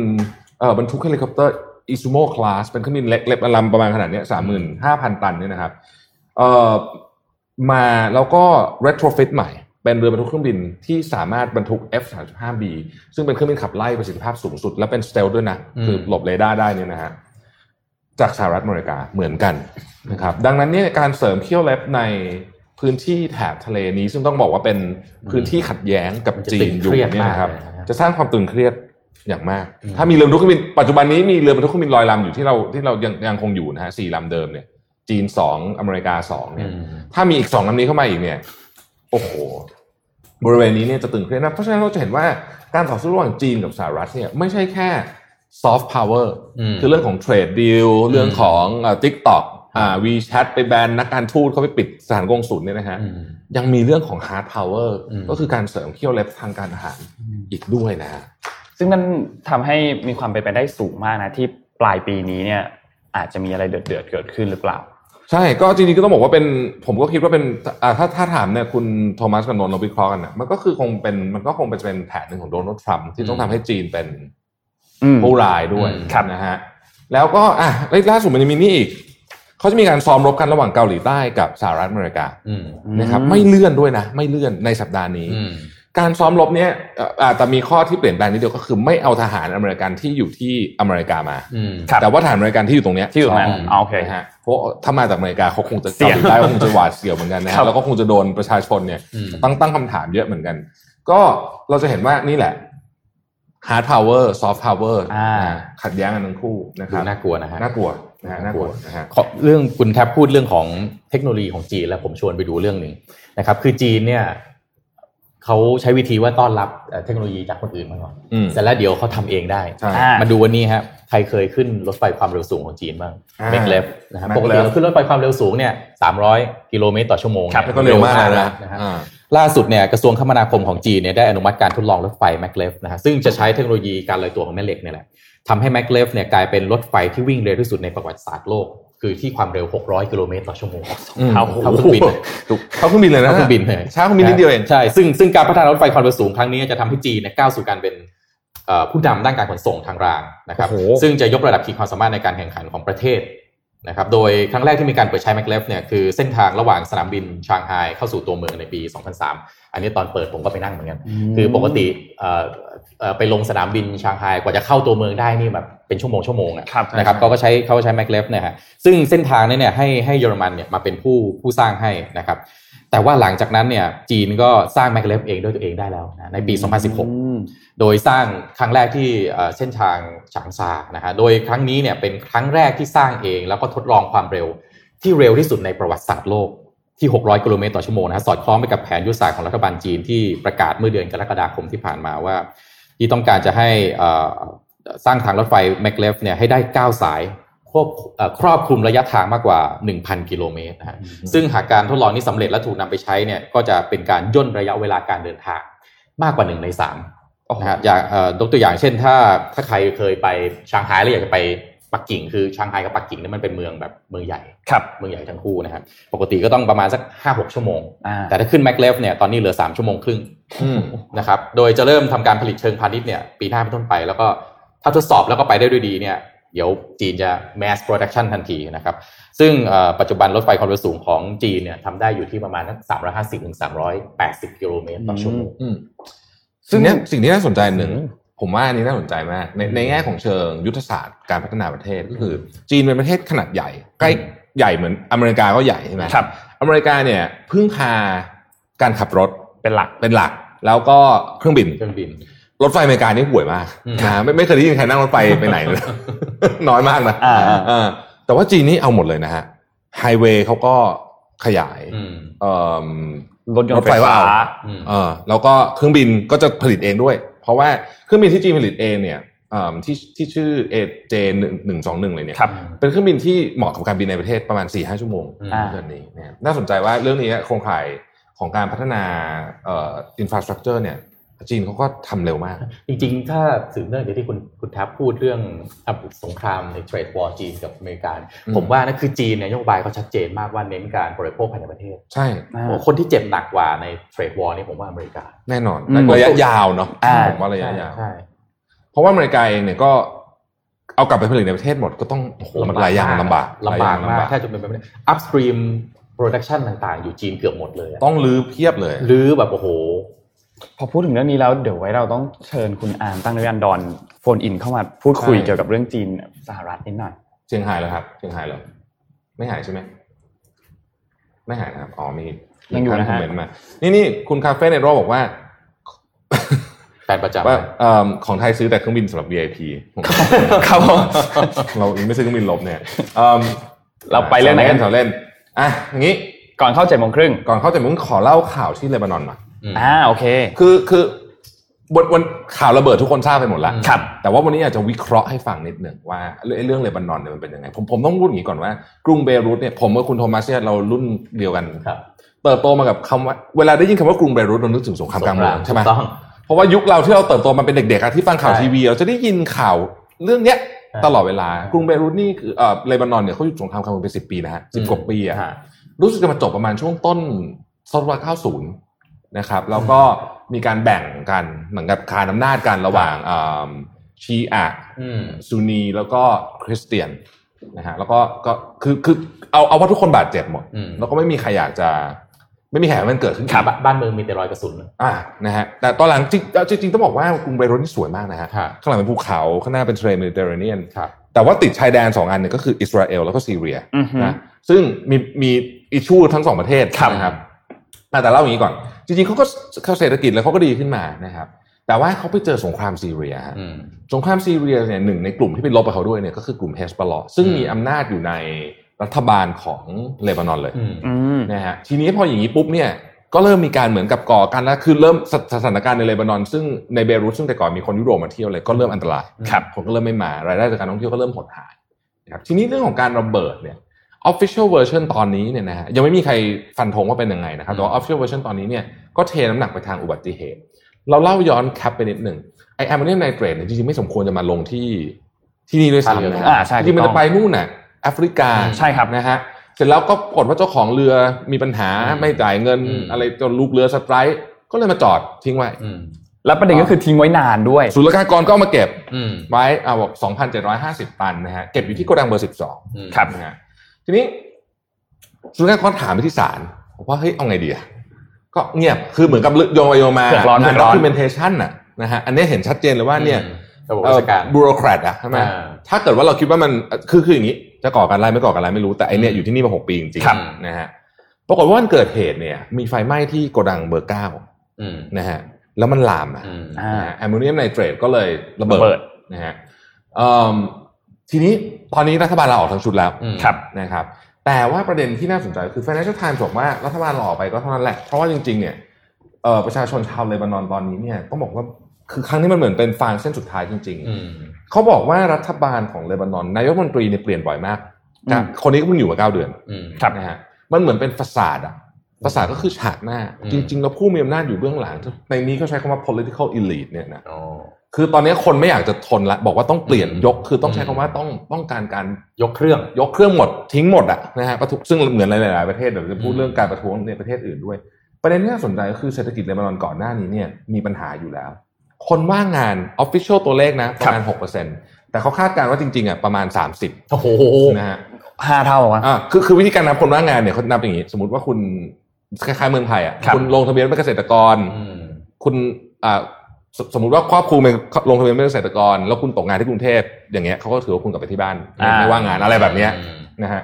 เอ่อบรรทุกเฮลิคอปเตอร์อิซูโม่คลาสเป็นเครื่องบินเล็กเล็กลำประมาณขนาดเนี้สามหมื่นห้าพันตันเนี่ยนะครับเอ่อมาแล้วก็ retrofit ใหม่ เป็นเรือบรรทุกเครื่องบินที่สามารถบรรทุก F35B ซึ่งเป็นเครื่องบินขับไล่ประสิทธิภาพสูงสุด และเป็นสเตลด้วยนะ อืม คือหลบเรดาร์ได้เนี่ยนะฮะ จากสหรัฐอเมริกาเหมือนกันนะครับดังนั้นเนี่ยการเสริมเขี้ยวเล็บในพื้นที่แถบทะเลนี้ซึ่งต้องบอกว่าเป็นพื้นที่ขัดแย้งกับ มันจะ จี ตึ น ง อ เค ยู่ รียด เนี่ย มาก นะครับ เลยนะครับ จะสร้างความตึงเครียด อย่างมาก อืม ถ้ามีเรือบรรทุกเครื่องบินปัจจุบันนี้มีเรือบรรทุกเครื่องบินลอยลำอยู่ที่เราที่เรายังยังคงอยู่นะฮะสี่ลำเดิมเนี่ยจีนสองอเมริกาสองเนี่ย ถ้ามีอีกสองลำนี้เข้ามาอีกเนี่ย โอ้โห บริเวณนี้เนี่ยจะตึงเครียดนะเพราะฉะนั้นเราจะเห็นว่าการต่อสู้ระหว่างจีนกับสหรัฐเนี่ยไม่ใช่แค่ซอฟต์พาวเวอร์ อืม คือเรื่องของเทรดดิลเรื่องของทิกตอกอ่าวีแชทไปแบนนักการทูตเขาไปปิดสถานกงศุลเนี่ยนะฮะ ยังมีเรื่องของฮาร์ดพาวเวอร์ อืม ก็คือการเสริมเขี้ยวเล็บทางการทหารอีกด้วยนะฮะ ซึ่งนั่นทำให้มีความเป็นไปได้สูงมากนะ ที่ปลายปีนี้เนี่ย อาจจะมีอะไรเดือดๆเกิดขึ้นหรือเปล่า ใช่ ก็จริงๆก็ต้องบอกว่าเป็น ผมก็คิดว่าเป็นอ่าถ้าถ้าถามเนี่ยคุณโทมัสกับนนท์เราวิเคราะห์กันนะมันก็คือคงเป็นมันก็คงเป็นแผนหนึ่งของโดนัลด์ทรัมป์ที่ต้องทำให้จีนเป็น อืม ผู้ร้ายด้วย อืม ครับ นะฮะแล้วก็อ่ะล่าสุดมันยังมีนี่อีกเขาจะมีการซ้อมรบกันระหว่างเกาหลีใต้กับสหรัฐอเมริกา อืม นะครับไม่เลื่อนด้วยนะ ไม่เลื่อนในสัปดาห์นี้ อืม การซ้อมรบเนี่ยเอ่ออ่าแต่มีข้อที่เปลี่ยนแปลงนิดเดียวก็คือไม่เอาทหารอเมริกันที่อยู่ที่อเมริกามา อืม ครับ แต่ว่าทหารอเมริกันที่อยู่ตรงเนี้ย ที่อยู่ตรงนั้น สอง อ๋อโอเค นะฮะเพราะถ้ามาจากอเมริกาเขาคงจะ เสี่ยง กาหลีใต้คงจะหวาดเสียวเหมือนกันคนะรั ฮะ บ แล้วก็คงจะโดนประชาชนเนี่ย อืม ตั้งตั้งคำถามเยอะเหมือนกัน ก็เราจะเห็นว่านี่แหละ hard power soft power อ่า นะขัดแย้งกันทั้งคู่นะค ดู รับ น่ากลัวนะฮะ น่ากลัวนะฮะน่ากลัวนะฮะ ขอเรื่องคุณแทบพูดเรื่องของเทคโนโลยีของจีนแล้วผมชวนไปดูเรื่องหนึ่งนะครับ คือจีนเนี่ยเขาใช้วิธีว่าต้อนรับเอ่อเทคโนโลยีจากคนอื่นมาก่อน อืม เสร็จแล้วเดี๋ยวเขาทำเองได้ ใช่ อ่า มาดูวันนี้ครับใครเคยขึ้นรถไฟความเร็วสูงของจีนบ้าง อ่า เมกเลฟนะครับ Maglev ปกติเราขึ้นรถไฟความเร็วสูงเนี่ย300 กิโลเมตรต่อชั่วโมง ครับ นี่ย แล้วก็เร็วมากเลยนะ นะฮะ อ่า ล่าสุดเนี่ยกระทรวงคมนาคมของจีนเนี่ยได้อนุมัติการทดลองรถไฟแมกเลฟนะฮะซึ่งจะใช้เทคโนโลยีการลอยตัวของแม่เหล็กเนี่ยแหละทำให้แมกเลฟเนี่ยกลายเป็นรถไฟที่วิ่งเร็วที่สุดในประวัติศาสตร์โลก คือที่ความเร็ว 600 กิโลเมตรต่อชั่วโมง อืม เท่าเท่าเครื่องบิน ถูกเขาเครื่องบินเลยนะ เท่าเครื่องบินเลย ช้าเครื่องบินนิดเดียวเอง ใช่ซึ่งซึ่งการพัฒนารถไฟความเร็วสูงครั้งนี้จะทำให้จีนเนี่ยก้าวสู่การเป็นเอ่อผู้นำด้านการขนส่งทางรางนะครับ โอ้โห ซึ่งจะยกระดับขีดความสามารถในการแข่งขันของประเทศนะครับโดยครั้งแรกที่มีการเปิดใช้แมกเลฟเนี่ยคือเส้นทางระหว่างสนามบินชางไฮเข้าสู่ตัวเมืองในปี 2003 อันนี้ตอนเปิดผมก็ไปนั่งเหมือนกัน คือปกติเอ่อเอ่อไปลงสนามบินชางไฮกว่าจะเข้าตัวเมืองได้นี่แบบเป็นชั่วโมงชั่วโมงอะ ครับ นะครับเขาก็ใช้เขาก็ใช้แมกเลฟเนี่ยฮะซึ่งเส้นทางนี้เนี่ยให้ให้เยอรมันเนี่ยมาเป็นผู้ผู้สร้างให้นะครับ แต่ว่าหลังจากนั้นเนี่ยจีนก็สร้างแมกเลฟเองด้วยตัวเองได้แล้วนะในปี 2016 โดยสร้างครั้งแรกที่เอ่อเส้นทางฉางซานะฮะ โดยครั้งนี้เนี่ยเป็นครั้งแรกที่สร้างเอง แล้วก็ทดลองความเร็วที่เร็วที่สุดในประวัติศาสตร์โลกที่ 600 กิโลเมตรต่อชั่วโมงนะฮะ สอดคล้องไปกับแผนยุทธศาสตร์ของรัฐบาลจีนที่ประกาศเมื่อเดือนกรกฎาคมที่ผ่านมาว่า ที่ต้องการจะให้เอ่อสร้างทางรถไฟแมกเลฟเนี่ยให้ได้ 9 สายควบเอ่อครอบคลุมระยะทางมากกว่า 1,000 กิโลเมตรนะฮะ ซึ่งหากการทดลองนี้สำเร็จและถูกนำไปใช้เนี่ยก็จะเป็นการย่นระยะเวลาการเดินทางมากกว่าหนึ่งในสามนะฮะอย่างเอ่อยกตัวอย่างเช่น ถ้าถ้าใครเคยไปชางไฮแล้วอยากจะไปปักกิ่ง คือชางไฮกับปักกิ่งเนี่ยมันเป็นเมืองแบบเมืองใหญ่ ครับ เมืองใหญ่ทั้งคู่นะครับปกติก็ต้องประมาณสักห้าหกชั่วโมง อ่า แต่ถ้าขึ้นแมกเลฟเนี่ยตอนนี้เหลือสามชั่วโมงครึ่ง อืม นะครับ โดยจะเริ่มทำการผลิตเชิงพาณิชย์เนี่ยปีหน้าเป็นต้นไป แล้วก็ถ้าทดสอบแล้วก็ไปได้ด้วยดีเนี่ยเดี๋ยวจีนจะ mass production ทันทีนะครับ ซึ่งเอ่อปัจจุบันรถไฟความเร็วสูงของจีนเนี่ยทำได้อยู่ที่ประมาณสัก350ถึง380 กิโลเมตรต่อชั่วโมง อืม ซึ่ สิ่ ง งเนี้ยสิ่งที่น่าสนใจหนึ่ง อืม ผมว่าอันนี้น่าสนใจมากในในแง่ของเชิงยุทธศาสตร์การพัฒนาประเทศก็คือ จีนเป็นประเทศขนาดใหญ่ ใกล้ใหญ่เหมือนอเมริกาก็ใหญ่ใช่ไหม ครับ อเมริกาเนี่ยพึ่งพาการขับรถ เป็นหลัก เป็นหลัก แล้วก็เครื่องบิน เครื่องบิน รถไฟอเมริกานี่ห่วยมาก อืม นะไม่ไม่เคยได้ยินใครนั่งรถไฟไปไหนเลย น้อยมากนะ อ่า เออแต่ว่าจีนนี่เอาหมดเลยนะฮะไฮเวย์เขาก็ขยาย อืม เอิ่ม รถยน ร ต์ ถ ไฟ ไฟว่า ฟ้า เอา อืม เออแล้วก็เครื่องบินก็จะผลิตเองด้วย เพราะว่าเครื่องบินที่จีนผลิตเองเนี่ยเอิ่มที่ที่ชื่อ AJ หนึ่งหนึ่งสองหนึ่งเลยเนี่ย ครับ เป็นเครื่องบินที่เหมาะกับการบินในประเทศประมาณ4ี่ห้าชั่วโมง อืม อ่า เดือนนี้เนี่ยน่าสนใจว่าเรื่องนี้โครงข่ายของการพัฒนาเอ่ออินฟราสตรักเจอร์เนี่ยจีนเขาก็ทำเร็วมาก จริงๆ ถ้าสืบเนื่องจากที่คุณคุณแทับพูดเรื่องอ่ะสงครามในเทรดวอร์จีนกับอเมริกาเนี่ย อืม ผมว่านะคือจีนเนี่ยนโยบายเขาชัดเจนมากว่าเน้นการบริโภคภายในประเทศ ใช่ อ่า โอ้คนที่เจ็บหนักกว่าในเทรดวอร์นี่ผมว่าอเมริกา แน่นอน อืม ระยะยาวเนาะ อ่า ผมว่าระยะยาว ใช่ เพราะว่าอเมริกาเองเนี่ยก็เอากลับไปผลิตในประเทศหมดก็ต้องโอ้โหมันหลายอย่างลำบาก ลำบาก หลยอย่ง มากถ้าจะเป็นแบบนี้ upstream production ต่างๆ อยู่จีนเกือบหมดเลยอะ ต้องรื้อเพียบเลย หรือแบบโอ้โห พอพูดถึงเรื่องนี้แล้วเดี๋ยวไว้เราต้องเชิญคุณอามตั้งนิรันดรโฟนอินเข้ามาพูดคุย ใช่ เกี่ยวกับเรื่องจีนสหรัฐนิดหน่อย เชียงหายแล้วครับเชียงหายแล้วไม่หายใช่ไหมไม่หายนะครับอ๋อมี ยังอยู่นะฮะ มีท่าคอมเมนต์มา นี่นี่คุณคาเฟ่ในรอบบอกว่า แฟนประจำ ว่าเอิ่มของไทยซื้อแต่เครื่องบินสำหรับ VIP ครับผม เราไม่ซื้อเครื่องบินลบเนี่ยเอิ่ม เราไปเรื่องไหนกัน แถวเล่นอ่ะอย่างนี้ ก่อนเข้าเจ็ดโมงครึ่ง ก่อนเข้าแต่มึงขอเล่าข่าวที่เลบานอนหน่อย อืม อ่าโอเค คือคือบนวันข่าวระเบิดทุกคนทราบไปหมดแล้ว อืม ครับ แต่ว่าวันนี้อาจจะวิเคราะห์ให้ฟังนิดหนึ่งว่าเรื่องเรื่องเลบานอนเนี่ยมันเป็นยังไง ผมผมต้องพูดอย่างนี้ก่อนว่ากรุงเบรุตเนี่ยผมกับคุณโทมัสเนี่ยเรารุ่นเดียวกัน ครับ เติบโตมากับคำว่า เวลาได้ยินคำว่ากรุงเบรุตเรานึกถึงสงครามกลางเมืองใช่ไหม ถูต้อง เพราะว่ายุคเราที่เราเติบโตมาเป็นเด็กๆอะที่ฟังข่าว ใช่ ทีวี เราจะได้ยินข่าวเรื่องเนี้ย ครับ ตลอดเวลากรุงเบรุตนี่คือเออเลบานอนเนี่ยเขาอยู่สงครามกลางเมืองเป็นสิบปีนะฮะสิบกว่า อืม ปีอะ ฮะ รู้สึกจะมาจบประมาณช่วงต้นศตวรรษ90 นะครับ แล้วก็มีการแบ่งกันเหมือนกับคานอำนาจกันระหว่างเอิ่มชีอะ อืม ซุนีแล้วก็คริสเตียนนะฮะแล้วก็ก็คือคือเอาเอาว่าทุกคนบาดเจ็บหมด อืม แล้วก็ไม่มีใครอยากจะ ไม่มีใครอยากให้มันเกิดขึ้นอีก บ้านบ้านเมืองมีแต่รอยกระสุนนะ อ่านะฮะแต่ตอนหลังจริงจริงๆต้องบอกว่ากรุงเบรุตนี่สวยมากนะฮะ ฮะ ข้างหลังเป็นภูเขาข้างหน้าเป็นทะเลเมดิเตอร์เรเนียน ครับ แต่ว่าติดชายแดนสองอันเนี่ยก็คืออิสราเอลแล้วก็ซีเรีย อือฮึ นะซึ่งมีมีอิชูทั้งสองประเทศ ครับ นะครับอ่ะแต่เล่าอย่างนี้ก่อน จริงๆเขาก็เขาเศรษฐกิจแล้วเขาก็ดีขึ้นมานะครับ แต่ว่าเขาไปเจอสงครามซีเรียฮะ อืม สงครามซีเรียเนี่ยหนึ่งในกลุ่มที่ไปรบกับเขาด้วยเนี่ยก็คือกลุ่มเฮสปอลอซึ่ง อืม มีอำนาจอยู่ในรัฐบาลของเลบานอนเลย อืม อืม นะฮะทีนี้พออย่างนี้ปุ๊บเนี่ยก็เริ่มมีการเหมือนกับก่อกันแล้วคือเริ่มสสถานการณ์ในเลบานอน ซึ่งในเบรุตซึ่งแต่ก่อนมีคนยุโรปมาเที่ยวเลยก็เริ่มอันตราย ครับ คนก็เริ่มไม่มารายได้จากการท่องเที่ยวก็เริ่มหดหายนะครับทีนี้เรื่องของการระเบิดเนี่ย official version ตอนนี้เนี่ยนะฮะยังไม่มีใครฟันธงว่าเป็นยังไงนะครับแต่ว่า official version ตอนนี้เนี่ยก็เทน้ำหนักไปทางอุบัติเหตุ เราเล่าย้อนแคปไปนิดหนึ่งไอแอมโมเนียมไนเตรตเนี่ยจริงๆไม่สมควรจะมาลงที่ที่นี่ด้วยซ้ำนะฮะ อ่าใช่ จริงๆมัน ถูกต้อจะง ไปนู่นน่ะแอฟริกา ใช่ครับ นะฮะเสร็จแล้วก็ปรากฏว่าเจ้าของเรือมีปัญหา อืม ไม่จ่ายเงิน อืม อะไรจนลูกเรือสไตรค์ก็เลยมาจอดทิ้งไว้ อืม แล้วประเด็นก็คือทิ้งไว้นานด้วย ศุลกากรก็เอามาเก็บ อืม ไว้เอาบอก2,750 ตันนะฮะ เก็บอยู่ที่โกดังเบอร์ 12 อืม ครับ นะฮะทีนี้สุนัขก็ถามไปที่ศาลว่าเฮ้ย เอาไงดีอะก็เงียบ คือเหมือนกับโยงไปโยงมา เผือกร้อน งาน เผือกร้อน คิเมนเทชันน่ะนะฮะ อันนี้เห็นชัดเจนเลยว่าเนี่ย ระบบราชการ บูโรแครตอะใช่ไหม อ่า ถ้าเกิดว่าเราคิดว่ามันคือคืออย่างนี้ จะก่อการร้ายไม่ก่อการร้ายไม่รู้แต่ไอเนี่ยอยู่ที่นี่มาหกปีจริง ครับ ๆนะฮะปรากฏว่าวันเกิดเหตุเนี่ย มีไฟไหม้ที่โกดังเบอร์เก้า อืม นะฮะแล้วมันลามอะ อืม อ่า แอมโมเนียมไนเตรตก็เลยระเบิด เปิด นะฮะเอิ่มทีนี้ตอนนี้รัฐบาลลาออกทั้งชุดแล้ว อืม ครับ นะครับ แต่ว่าประเด็นที่น่าสนใจคือ Financial Times บอกว่ารัฐบาลลาออกไปก็เท่านั้นแหละ เพราะว่าจริงๆเนี่ยเอ่อประชาชนชาวเลบานอนตอนนี้เนี่ยต้องบอกว่าคือครั้งนี้มันเหมือนเป็นฟางเส้นสุดท้ายจริง อืม ๆ เขาบอกว่ารัฐบาลของเลบานอนนายกรัฐมนตรีเนี่ยเปลี่ยนบ่อยมาก อืม คนนี้ก็เพิ่งอยู่มาเก้าเดือน อืม ครับ นะฮะมันเหมือนเป็นฟาสาดอะฟาสาดก็คือฉากหน้า อืม จริงๆแล้วผู้มีอำนาจอยู่เบื้องหลัง ในนี้เขาใช้คำว่า political elite เนี่ยนะ อ๋อ คือตอนนี้คนไม่อยากจะทนละบอกว่าต้องเปลี่ยน อืม ยกคือต้องใช้ อื คำ ม ว่าต้องต้องการการ ยกเครื่อง ยกเครื่องหมดทิ้งหมดอะนะฮะประทุซึ่งเหมือนหลายๆประเทศเดี๋ยวจะพูด อืม เรื่องการประท้วงในประเทศอื่นด้วย ประเด็นที่น่าสนใจก็คือเศรษฐกิจเลบานอนก่อนหน้านี้เนี่ยมีปัญหาอยู่แล้ว คนว่างงานออฟฟิเชียลตัวเลขนะประมาณหกเปอร์เซ็นต์แต่เขาคาดการณ์ว่าจริงๆอะประมาณสามสิบ โอ้โห นะฮะ ห้าเท่าอะวะ อ่าคือคือวิธีการนับคนว่างงานเนี่ยเขานับอย่างนี้ สมมติว่าคุณคล้ายๆเมืองไทยอะ ครับ คุณลงทะเบียนเป็นเกษตรกร อืม คุณอ่าสสมมุติว่าครอบครัวเป็นลงทะเบียนเป็นเกษตรกร แล้วคุณตกงานที่กรุงเทพอย่างเงี้ยเขาก็ถือว่าคุณกลับไปที่บ้านไม่ อ่า ไม่ว่างงานอะไรแบบเนี้ยนะฮะ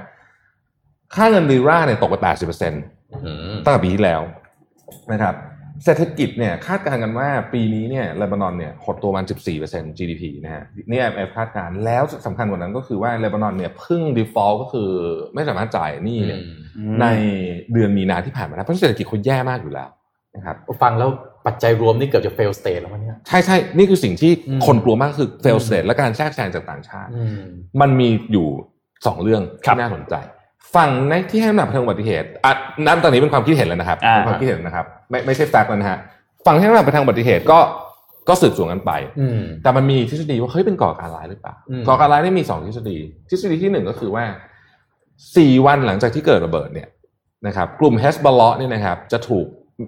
ค่าเงินลีราเนี่ยตกไป 80เปอร์เซ็นต์ อืม ตั้งแต่ปีที่แล้วนะครับเศรษฐกิจเนี่ยคาดการณ์กันว่าปีนี้เนี่ยเลบานอนเนี่ยหดตัวประมาณ14เปอร์เซ็นต์ GDP นะฮะนี่ IMF คาดการณ์แล้วสำคัญกว่านั้นก็คือว่าเลบานอนเนี่ยเพึ่ง default ก็คือไม่สามารถจ่ายหนี้เนี่ยในเดือนมีนาที่ผ่านมานะเพราะเศรษฐกิจเขาแย่มากอยู่แล้วนะครับ ฟังแล้วปัจจัยรวมนี่เกือบจะ fail state แล้วมั้งเนี่ย ใช่ใช่นี่คือสิ่งที่ อืม คนกลัวมากคือ fail อืม state และการแทรกแซงจากต่างชาติ อืม มันมีอยู่สองเรื่อง ครับ ที่น่าสนใจ ฝั่งในที่ให้น้ำหนักไปทางอุบัติเหตุอ่ะนับตอนนี้เป็นความคิดเห็นแล้วนะครับ อ่า เป็นความคิดเห็นนะครับ ไม่ไม่ใช่แฟกต์นะฮะฝั่งที่ให้น้ำหนักไปทางอุบัติเหตุก็ก็สืบสวนกันไป อืม แต่มันมีทฤษฎีว่าเฮ้ยเป็นก่อการร้ายหรือเปล่า อืม ก่อการร้ายนี่มีสองทฤษฎี ทฤษฎีที่หนึ่งก็คือว่าสี่วันหลังจากที่เกิดระเบิดเนี่ยนะครับ กลุ่มเฮสบอลล์เนี่ยนะครับ จะถูก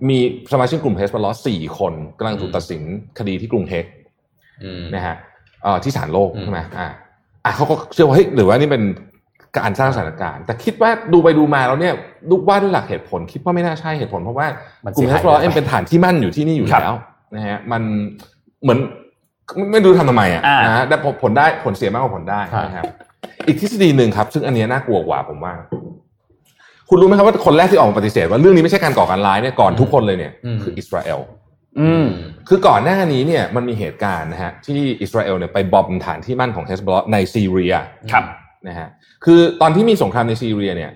มีสมาชิกกลุ่มเฮสบอลล์สี่คนกำลังถูกตัดสินคดีที่กรุงเฮก อืม นะฮะเอ่อที่ศาลโลก อืม ใช่ไหมอ่าอ่ะเขาก็เชื่อว่าเฮ้ยหรือว่านี่เป็นการสร้างสถานการณ์ แต่คิดว่าดูไปดูมาแล้วเนี่ยลูกว่าด้วยหลักเหตุผล คิดว่าไม่น่าใช่เหตุผล เพราะว่ากลุ่มเฮสบอลเอ็มเป็นฐานที่มั่นอยู่ที่นี่อยู่แล้วนะฮะมันเหมือนไม่ไม่ดูทำทำไมอ่ะ อ่าน นะฮะแต่ผลผลได้ผลเสียมากกว่าผลได้นะครับอีกทฤษฎีหนึ่งครับ ซึ่งอันเนี้ยน่ากลัวกว่าผมว่า คุณรู้ไหมครับว่าคนแรกที่ออกมาปฏิเสธว่าเรื่องนี้ไม่ใช่การก่อการร้ายเนี่ยก่อนทุกคนเลยเนี่ย อืม คืออิสราเอล อืม คือก่อนหน้านี้เนี่ยมันมีเหตุการณ์นะฮะที่อิสราเอลเนี่ยไปบอมฐานที่มั่นของเฮสบอลในซีเรีย ครับ นะฮะคือตอนที่มีสงครามในซีเรียเนี่ย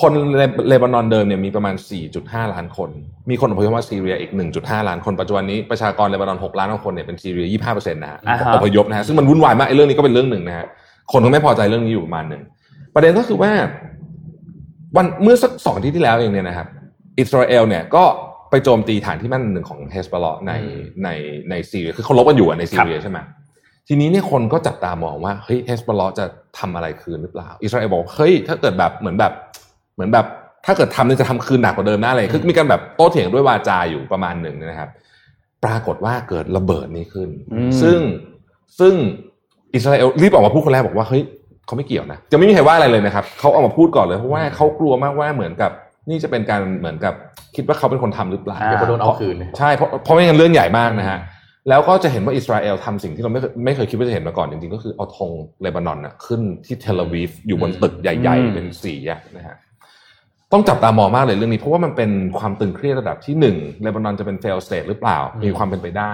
คนเลเลบานอนเดิมเนี่ยมีประมาณ 4.5 ล้านคน มีคนอพยพมาซีเรียอีก 1.5 ล้านคนปัจจุบันนี้ประชากรเลบานอน 6 ล้านกว่าคนเนี่ยเป็นซีเรีย 25%นะฮะ อ่าฮะ อพยพนะฮะซึ่งมันวุ่นวายมากไอ้เรื่องนี้ก็เป็นเรื่องหนึ่งนะฮะคนก็ไม่พอใจเรื่องนี้อยู่ประมาณหนึ่งประเด็นก็คือว่าวันเมื่อสักสองอาที่ที่แล้วเองเนี่ยนะครับ อิสราเอลเนี่ยก็ไปโจมตีฐานที่มั่นหนึ่งของเฮสบอลใน อืม ในในซีเรียคือเขาลบกันอยู่อะในซีเรียใช่ไหมทีนี้เนี่ยคนก็จับตามองว่าเฮ้ยเฮสบอลจะทำอะไรคืนหรือเปล่า อิสราเอลบอกว่าเฮ้ยถ้าเกิดแบบเหมือนแบบเหมือนแบบ ถ้าเกิดทำเนี่ยจะทำคืนหนักกว่าเดิมหน้าเลยคือมีการแบบโต้เถียงด้วยวาจาอยู่ประมาณหนึ่งนะครับ ปรากฏว่าเกิดระเบิดนี้ขึ้น อืม ซึ่งซึ่งอิสราเอลรีบออกมาพูดคนแรกบอกว่าเฮ้ยเขาไม่เกี่ยวนะจะไม่มีใครว่าอะไรเลยนะครับเขาออกมาพูดก่อนเลยเพราะว่าเขากลัวมากว่าเหมือนกับ นี่จะเป็นการเหมือนกับคิดว่าเขาเป็นคนทำหรือเปล่า อ่า เดี๋ยวเขาโดนเอาคืน ใช่เพราะเพราะไม่งั้นเรื่องใหญ่มากนะฮะแล้วก็จะเห็นว่าอิสราเอลทำสิ่งที่เราไม่เคยไม่เคยคิดว่าจะเห็นมาก่อนจริงๆ ก็คือเอาธงเลบานอนน่ะขึ้นที่เทลอาวีฟอยู่บนตึกใหญ่ อืม ๆ เป็นสีอะนะฮะต้องจับตามองมากเลยเรื่องนี้ เพราะว่ามันเป็นความตึงเครียดระดับที่หนึ่งเลบานอนจะเป็นเฟลสเตทหรือเปล่า อืม มีความเป็นไปได้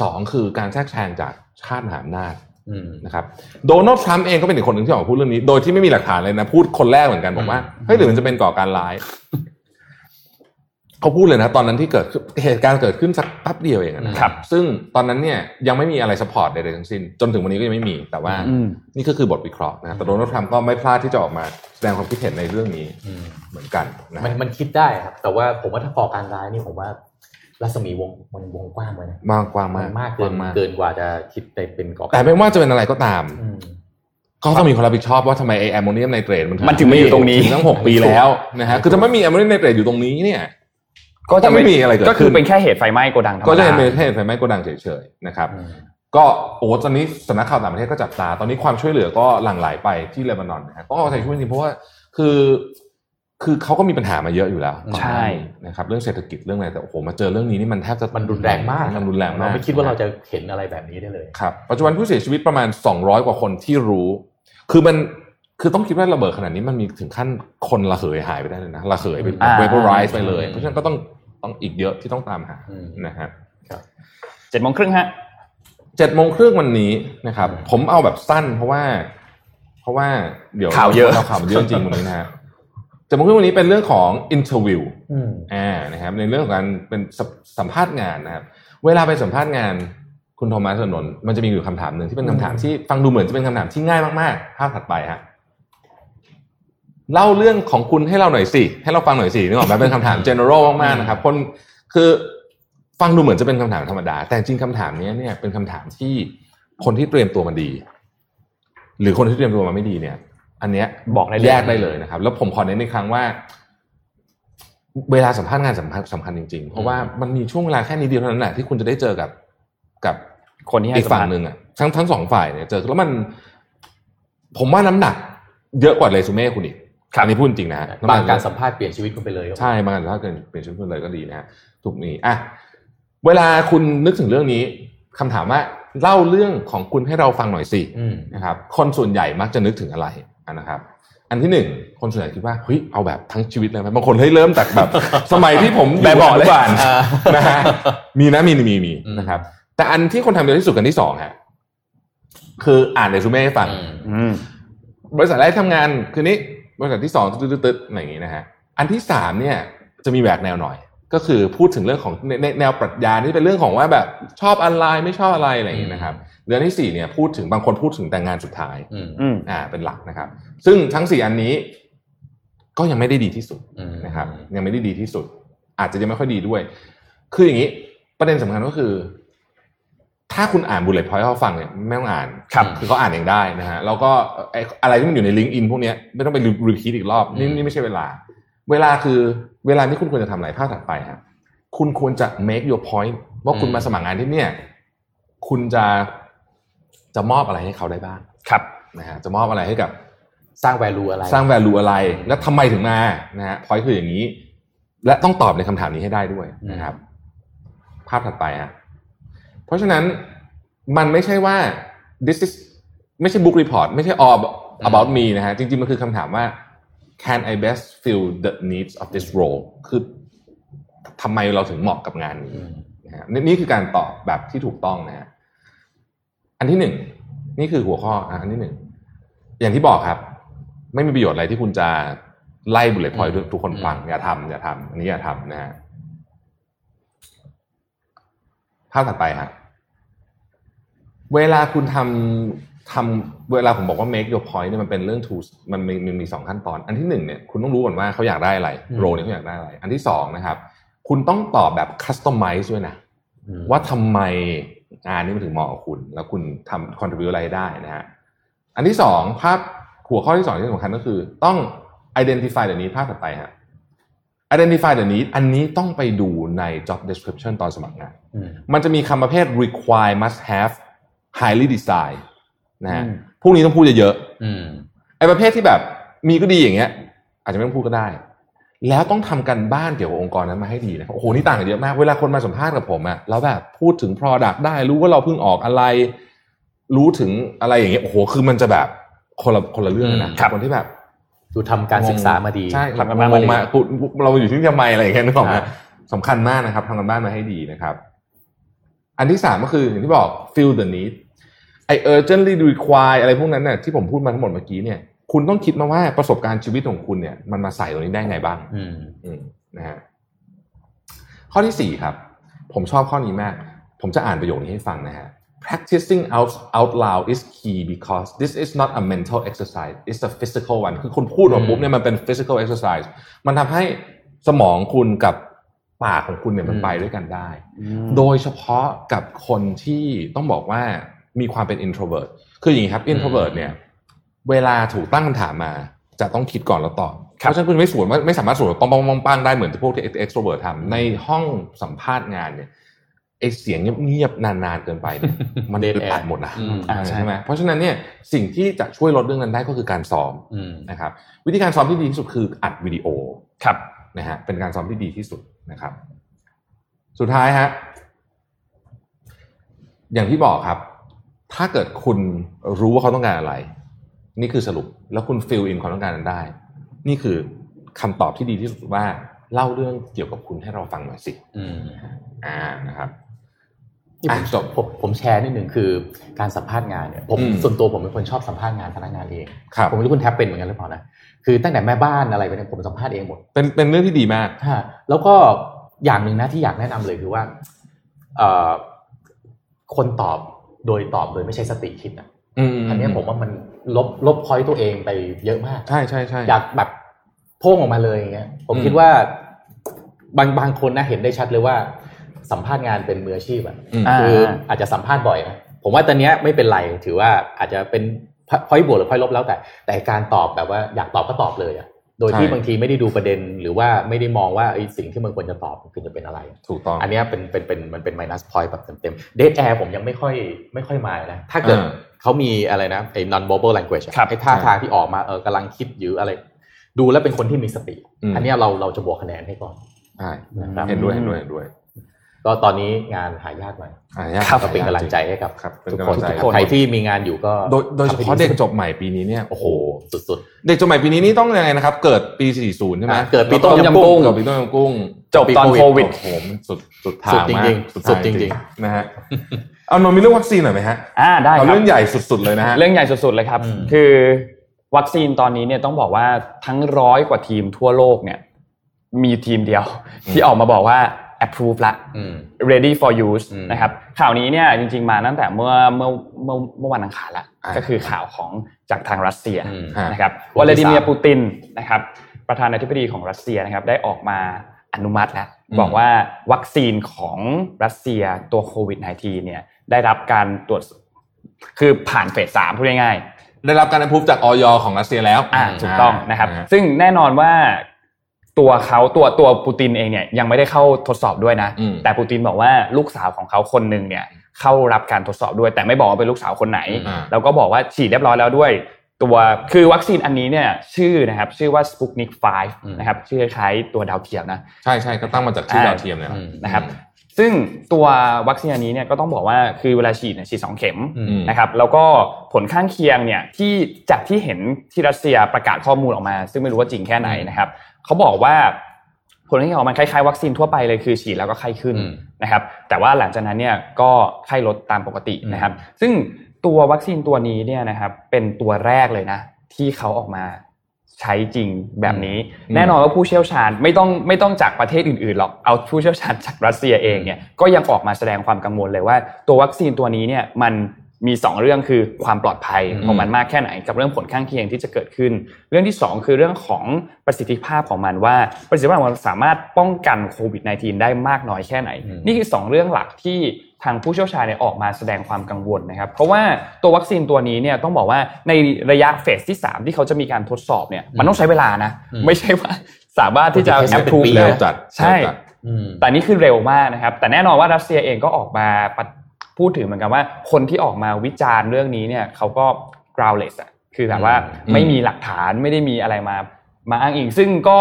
สองคือการแทรกแซงจากชาติมหาอำนาจ อืม นะครับโดนัลด์ทรัมป์เองก็เป็นอีกคนหนึ่งที่ออกมาพูดเรื่องนี้ โดยที่ไม่มีหลักฐานเลยนะ พูดคนแรกเหมือนกันบอกว่าเฮ้ยหรือมันจะเป็นก่อการร้าย เขาพูดเลยนะ ตอนนั้นที่เกิดขึ้นเหตุการณ์เกิดขึ้นสักแป๊บเดียวเองนะ ค ค รั รับ บ ซึ่งตอนนั้นเนี่ยยังไม่มีอะไรสปอร์ตใดๆทั้งสิ้น จนถึงวันนี้ก็ยังไม่มี แต่ว่า อืม นี่ก็คือบทวิเคราะห์นะครับแต่โดนัลด์ทรัมป์ก็ไม่พลาดที่จะออกมาแสดงความคิดเห็นในเรื่องนี้ อืม เหมือนกันนะ มัน ฮะ มันคิดได้ครับ แต่ว่าผมว่าถ้าก่อการร้ายนี่ผมว่ารัศมีวงมันวงกว้างเลยนะ มากกว้างมาก นมาก ก เกิน ว้างมาก เกินกว่าจะคิดไปเป็นก่อ แต่ การ ไม่ว่าจะเป็นอะไรก็ตาม อืม ก็ต้องมีคนรับผิดชอบว่าทำไมไอแอมโมเนียมไนเตรตมัน มันถึงไม่อยู่ตรงนี้ ตั้งหกปีแล้วนะฮะคือถ้าไม่มีแอมโมเนียมไนเตรตอยู่ตรงนี้เนี่ย ก็จะ ก็ไม่มีอะไรเกิดขึ้น ก็คือเป็นแค่เหตุไฟไหม้โกดังธรรม ก็จะ ดา เป็นประเทศไฟไหม้โกดังเฉยๆนะครับ ก็โอ้ตอนนี้สำนักข่าวต่างประเทศก็จับตา ตอนนี้ความช่วยเหลือก็หลั่งไหลไปที่เลบานอนนะครับต้องเอาใจช่วยจริงๆเพราะว่าคือ คือเขาก็มีปัญหามาเยอะอยู่แล้ว ใช่ นะครับ เรื่องเศรษฐกิจเรื่องอะไรแต่โอ้โหมาเจอเรื่องนี้นี่มันแทบจะ มันรุนแรงมาก มันรุนแรงมาก เราไม่คิดว่าเราจะเห็นอะไรแบบนี้ได้เลย ครับปัจจุบันผู้เสียชีวิตประมาณ 200 กว่าคนที่รู้ คือมันคือต้องคิดว่าระเบิดขนาดนี้มันมีถึงขั้นคนระเหยหายไปได้เลยนะระเหยเป็น อ่า vaporize ไปเลยเพราะฉะนั้นก็ต้องต้องอีกเยอะที่ต้องตามหา อืม นะฮะ เจ็ดโมงครึ่งฮะ เจ็ดโมงครึ่งวันนี้นะครับ อืม ผมเอาแบบสั้นเพราะว่า เพราะว่าเดี๋ยว ข่าวเยอะ รข่าวมันเยอะจริงวันนี้นะฮะเจ็ดโมงครึ่งวันนี้เป็นเรื่องของอินเทอร์วิว อืม อ่านะครับในเรื่องของการเป็นสมสัมภาษณ์งานนะครับ เวลาไปสัมภาษณ์งาน คุณโทมัสถนนท์มันจะมีอยู่คำถามหนึ่งที่เป็นคำถามที่ฟังดูเหมือนจะเป็นคำถามที่ง่ายมากๆภาพถัดไปฮะเล่าเรื่องของคุณให้เราหน่อยสิให้เราฟังหน่อยสินึกออกไหมเป็นคำถาม general มากๆนะครับ คนคือฟังดูเหมือนจะเป็นคำถามธรรมดา แต่จริงๆคำถามเนี้ยเนี่ยเป็นคำถามที่คนที่เตรียมตัวมาดี หรือคนที่เตรียมตัวมาไม่ดีเนี่ย อันเนี้ย บอกได้เลย แยกได้เลยนะครับ แล้วผมขอเน้นอีกครั้งว่า เวลาสัมภาษณ์งานสำคัญสำคัญจริงๆ เพราะว่ามันมีช่วงเวลาแค่นี้เดียวเท่านั้นแหละที่คุณจะได้เจอกับกับ คนที่ให้ อีก สัม ฝั่ง ภาษณ์ หนึ่งอ่ะทั้งทั้งสองฝ่ายเนี่ยเจอแล้วมัน ผมว่าน้ำหนัก เยอะกว่าเรซูเม่คุณอีก ครับ อันนี้พูดจริงนะฮะ บางการ น้ำหนั สัมภาษณ์เปลี่ยนชีวิตคุณไปเลยก็ ใช่บางการถ้าเกิดเปลี่ยนชุดคุณเลยก็ดีนะฮะทุกนี้อ่ะเวลาคุณนึกถึงเรื่องนี้คำถามว่าเล่าเรื่องของคุณให้เราฟังหน่อยสิ อืม นะครับ คนส่วนใหญ่มักจะนึกถึงอะไรอ่ะนะครับ อันที่หนึ่งคนส่วนใหญ่คิดว่าเฮ้ยเอาแบบทั้งชีวิตเลยไหมบางคนเฮ้ยเริ่มจากแบบ สมัยที่ผมยู่ แบบบอกเลย นุานะฮะมีนะมีมีมีนะครับ แต่อันที่คนทำเยอะที่สุดกันที่สองฮะคืออ่านเรซูเม่ให้ฟัง อืม อืม บริษัทแรกทำงานคืนนี้บริษัทที่สองตึ๊ดตึ๊ดตึ๊ดอะไรอย่างนี้นะฮะอันที่สามเนี่ยจะมีแหวกแนวหน่อย ก็คือพูดถึงเรื่องของในในแนวปรัชญานี่เป็นเรื่องของว่าแบบชอบอะไรไม่ชอบอะไรอะไรอย่างนี้นะครับเดือนที่สี่เนี่ยพูดถึงบางคนพูดถึงแต่งงานสุดท้าย อืม อืม อ่าเป็นหลักนะครับ ซึ่งทั้งสี่อันนี้ก็ยังไม่ได้ดีที่สุด อืม นะครับยังไม่ได้ดีที่สุด อาจจะยังไม่ค่อยดีด้วย คืออย่างนี้ประเด็นสำคัญก็คือ ถ้าคุณอ่านบุลเลต์พอยต์เขาฟังเนี่ยไม่ต้องอ่าน ครับ คือเขาอ่านเองได้นะฮะแล้วก็ไอ้อะไรที่มันอยู่ในลิงก์อินพวกเนี้ยไม่ต้องไปรีพีทอีกรอบนี่นี่ไม่ใช่เวลา เวลาคือเวลาที่คุณควรจะทำอะไรภาพถัดไปครับคุณควรจะ make your point ว่าคุณมาสมัครงานที่เนี่ย คุณจะจะมอบอะไรให้เขาได้บ้าง ครับ นะฮะจะมอบอะไรให้กับ สร้าง value อะไร สร้าง value อะไร และทำไมถึงมานะฮะพอยคืออย่างนี้ และต้องตอบในคำถามนี้ให้ได้ด้วยนะครับ ภาพถัดไปฮะเพราะฉะนั้นมันไม่ใช่ว่า this is ไม่ใช่ book report ไม่ใช่ all about me นะฮะจริงๆ มันคือคำถามว่า can I best fill the needs of this role คือทำไมเราถึงเหมาะกับงานนี้ อืม นะ นะฮะนี่นี่คือการตอบแบบที่ถูกต้องนะฮะอันที่หนึ่งนี่คือหัวข้ออ่ะอันที่หนึ่งอย่างที่บอกครับ ไม่มีประโยชน์อะไรที่คุณจะไล่บุลเลต์พอยทุกคนฟังอย่าทำอย่าทำอันนี้อย่าทำนะฮะภาพถัดไปฮะเวลาคุณทำทำเวลาผมบอกว่า make your point เนี่ยมันเป็นเรื่อง tools มันมีมันมีสองขั้นตอน อันที่หนึ่งเนี่ยคุณต้องรู้ก่อนว่าเขาอยากได้อะไร อืม โรเนี่ยเขาอยากได้อะไร อันที่สองนะครับ คุณต้องตอบแบบ customize ด้วยนะ ว่าทำไมงานนี้มันถึงเหมาะกับคุณ แล้วคุณทำ contribute อะไรได้นะฮะอันที่สองภาพหัวข้อที่สองที่สำคัญก็คือ ต้อง identify the need ภาพถัดไปฮะ identify the need อันนี้ต้องไปดูใน job description ตอนสมัครงาน อืม มันจะมีคำประเภท require must have highly design นะฮะ อืม พวกนี้ต้องพูดเยอะๆ อืม ไอ้ประเภทที่แบบมีก็ดีอย่างเงี้ย อาจจะไม่ต้องพูดก็ได้ แล้วต้องทำกันบ้านเกี่ยวกับองค์กรนั้นมาให้ดีนะโอ้โหนี่ต่างกันเยอะมาก เวลาคนมาสัมภาษณ์กับผมอะแล้วแบบพูดถึง Product ได้รู้ว่าเราเพิ่งออกอะไร รู้ถึงอะไรอย่างเงี้ยโอ้โหคือมันจะแบบคนละคนละเรื่องนะ อืมครับ คนที่แบบ ดูทำการศึกษามาดี ใช่ ทำกันบ้านมาดี งงกูเราอยู่ที่นี่ทำไมอะไรอย่างเงี้ยนึกออกไหม อ่า สำคัญมากนะครับทำกันบ้านมาให้ดีนะครับ อันที่สามก็คืออย่างที่บอก feel the need ไอ urgently require อะไรพวกนั้นเนี่ยที่ผมพูดมาทั้งหมดเมื่อกี้เนี่ย คุณต้องคิดมาว่าประสบการณ์ชีวิตของคุณเนี่ย มันมาใส่ตรงนี้ได้ไงบ้าง อืม อืมนะฮะข้อที่สี่ครับ ผมชอบข้อนี้มาก ผมจะอ่านประโยคนี้ให้ฟังนะฮะ practicing out out loud is key because this is not a mental exercise it's a physical one คือคุณพูดออกปุ๊บเนี่ยมันเป็น physical exercise มันทำให้สมองคุณกับปากของคุณเนี่ยมัน อืม ไปด้วยกันได้ โด โด ย ยเฉพาะกับคนที่ต้องบอกว่ามีความเป็น introvert คืออย่างนี้ครับ introvert เนี่ย เวลาถูกตั้งคำถามมา จะต้องคิดก่อนแล้วตอบเพราะฉะนั้นคุณไม่สวนว่าไม่สามารถสวนปังปังปังปังได้เหมือนที่พวกที่ extrovert ทำในห้องสัมภาษณ์งานเนี่ยไอเสียงเงียบๆนานๆเกินไปเนี่ย มัน Dead อึดอัด air หมดนะ อืม อ่าใช่ ใช่ไหมเพราะฉะนั้นเนี่ยสิ่งที่จะช่วยลดเรื่องนั้นได้ก็คือการซ้อม อืม นะครับ วิธีการซ้อมที่ดีที่สุดคืออัดวิดีโอ ครับ นะฮะเป็นการซ้อมที่ดีที่สุดนะครับ สุดท้ายฮะอย่างที่บอกครับ ถ้าเกิดคุณรู้ว่าเขาต้องการอะไร นี่คือสรุปแล้วคุณฟิลอินความต้องการนั้นได้ นี่คือคำตอบที่ดีที่สุดว่าเล่าเรื่องเกี่ยวกับคุณให้เราฟังหน่อยสิ อืม อ่านะครับ นี่ผม อ่ะจบ ผมผมแชร์นิดหนึ่งคือการสัมภาษณ์งานเนี่ยผม อืม ส่วนตัวผมเป็นคนชอบสัมภาษณ์งานพนักงานเอง ครับ ผมไม่รู้คุณแท็บเป็นเหมือนกันหรือเปล่านะคือตั้งแต่แม่บ้านอะไรไปเนี่ยผมสัมภาษณ์เองหมด เป็นเป็นเรื่องที่ดีมาก ฮะแล้วก็อย่างหนึ่งนะที่อยากแนะนำเลยคือว่าเอ่อคนตอบโดยตอบโดยไม่ใช้สติคิดนะ อืม อันเนี้ยผมว่ามันลบลบพอยตัวเองไปเยอะมาก ใช่ใช่ใช่ อยากแบบโพ่งออกมาเลยอย่างเงี้ยผม อืม คิดว่าบางบางคนนะเห็นได้ชัดเลยว่า สัมภาษณ์งานเป็นมืออาชีพอะ อืม อ่า คืออาจจะสัมภาษณ์บ่อยนะผมว่าตอนเนี้ยไม่เป็นไรถือว่าอาจจะเป็นพอยบวกหรือพอยลบแล้วแต่ แต่การตอบแบบว่าอยากตอบก็ตอบเลยอะโดยที่ ใช่ บางทีไม่ได้ดูประเด็นหรือว่าไม่ได้มองว่าไอ้สิ่งที่มันควรจะตอบมันควรจะเป็นอะไร ถูกต้อง อันเนี้ยเป็นเป็นเป็นมันเป็น minus point แบบเต็มๆ dead air ผมยังไม่ค่อยไม่ค่อยมานะ ถ้าเกิด อ่า เขามีอะไรนะไอ้ non verbal language อะ ครับ ไอ้ท่า ใช่ ทางที่ออกมาเออกำลังคิดอยู่อะไร ดูแล้วเป็นคนที่มีสติ อืม อันเนี้ยเราเราจะบวกคะแนนให้ก่อน ใช่ นะครับ เห็นด้วยเห็นด้วยเห็นด้วย ก็ตอนนี้งานหายากหน่อย อ่าเนี่ย ครับ ก็เป็นกำลังใจให้กับ ครับ ทุกคน เป็นกำลังใจ ทุกคนใครที่มีงานอยู่ก็ โดยโดยเฉพาะ ทำให้ เด็กจบใหม่ปีนี้เนี่ย โอ้ โอ้ โห โห สุด เด็กจบใหม่ปีนี้นี่ต้องยังไงนะครับ เกิดปี 40 ใช่ไหม อ่ะเกิดปีต้มยำกุ้ง เกิดปีต้มยำกุ้ง จบตอนโควิด โอ้โหมันสุดสุดทาง สุดจริงๆ มากทา สุดจริงๆ นะฮะเอามามีเรื่องวัคซีนหน่อยไหมฮะ อ่าได้ค เอา รับ เรื่องใหญ่สุดๆเลยนะฮะ เรื่องใหญ่สุดๆเลยครับ อืม คือวัคซีนตอนนี้เนี่ยต้องบอกว่าทั้งร้อยกว่าทีมทั่วโลกเนี่ยมีทีมเดียว อืม ที่ออกมาบอกว่า approve ละ ๆอืม ready for use อืม นะครับข่าวนี้เนี่ยจริงๆมาตั้งแต่เมื่อเมื่อเมื่อเมื่อวันอังคารละ อ่า ก็คือข่าวของจากทางรัสเซีย อืม ฮะ นะครับ คนวลาที่ดิเมีย สาม ปูตินนะครับประธานาธิบดีของรัสเซียนะครับได้ออกมาอนุมัติแล้ว อืม บอกว่าวัคซีนของรัสเซียตัวโควิด -19 เนี่ยได้รับการตรวจคือผ่านเฟสสามพูดง่าย ได้รับการอนุมัติจากออยของรัสเซียแล้ว ๆอ่าถูกต้องนะครับ ฮ ซึ่งแน่นอนว่าตัวเขาตัวตัวปูตินเองเนี่ยยังไม่ได้เข้าทดสอบด้วยนะ อืม แต่ปูตินบอกว่าลูกสาวของเขาคนหนึ่งเนี่ยเข้ารับการทดสอบด้วย แต่ไม่บอกว่าเป็นลูกสาวคนไหน อ่า แล้วก็บอกว่าฉีดเรียบร้อยแล้วด้วย ตัวคือวัคซีนอันนี้เนี่ยชื่อนะครับชื่อว่า Sputnik อืม 5 นะครับชื่อคล้ายตัวดาวเทียมนะ ใช่ใช่ก็ตั้งมาจากชื่อดาวเทียมเนี่ย อืม นะครับ ซึ่งตัววัคซีนอันนี้เนี่ยก็ต้องบอกว่าคือเวลาฉีดเนี่ยฉีดสองเข็ม อืม อืม นะครับแล้วก็ผลข้างเคียงเนี่ยที่จากที่เห็นที่รัสเซียประกาศข้อมูลออกมา ซึ่งไม่รู้ว่าจริงแค่ไหนนะครับเขาบอกว่า ผลที่ออกมาคล้ายๆวัคซีนทั่วไปเลยคือฉีดแล้วก็ไข้ขึ้น อืม นะครับ แต่ว่าหลังจากนั้นเนี่ยก็ไข้ลดตามปกตินะครับ ซึ่งตัววัคซีนตัวนี้เนี่ยนะครับเป็นตัวแรกเลยนะ ที่เขาออกมาใช้จริงแบบนี้ อืม แน่นอนว่าผู้เชี่ยวชาญไม่ต้องไม่ต้องจากประเทศอื่นๆหรอกเอาผู้เชี่ยวชาญ จากรัสเซียเองเนี่ยก็ยังออกมาแสดงความกังวลเลยว่า ตัววัคซีนตัวนี้เนี่ยมันมีสองเรื่องคือความปลอดภัย อืม ของมันมากแค่ไหนกับเรื่องผลข้างเคียงที่จะเกิดขึ้น เรื่องที่สองคือเรื่องของประสิทธิภาพของมันว่าประสิทธิภาพของมันสามารถป้องกันโควิด -19 ได้มากน้อยแค่ไหน อืม นี่คือ 2 เรื่องหลักที่ทางผู้เชี่ยวชาญเนี่ยออกมาแสดงความกังวลนะครับ เพราะว่าตัววัคซีนตัวนี้เนี่ยต้องบอกว่าในระยะเฟสที่ 3 ที่เขาจะมีการทดสอบเนี่ยมันต้องใช้เวลานะ อืม ไม่ใช่ว่าสามารถที่จะ แอ แอ ป ป พู พู ด ด เร็ว นะ จัด ใช่ เร็วจัด อืม แต่นี่คือเร็วมากนะครับ แต่แน่นอนว่ารัสเซียเองก็ออกมาปะพูดถึงเหมือนกันว่า คนที่ออกมาวิจารณ์เรื่องนี้เนี่ยเขาก็ groundless อะคือแบบว่า อืม ไม่มีหลักฐานไม่ได้มีอะไรมามาอ้างอิง ซึ่งก็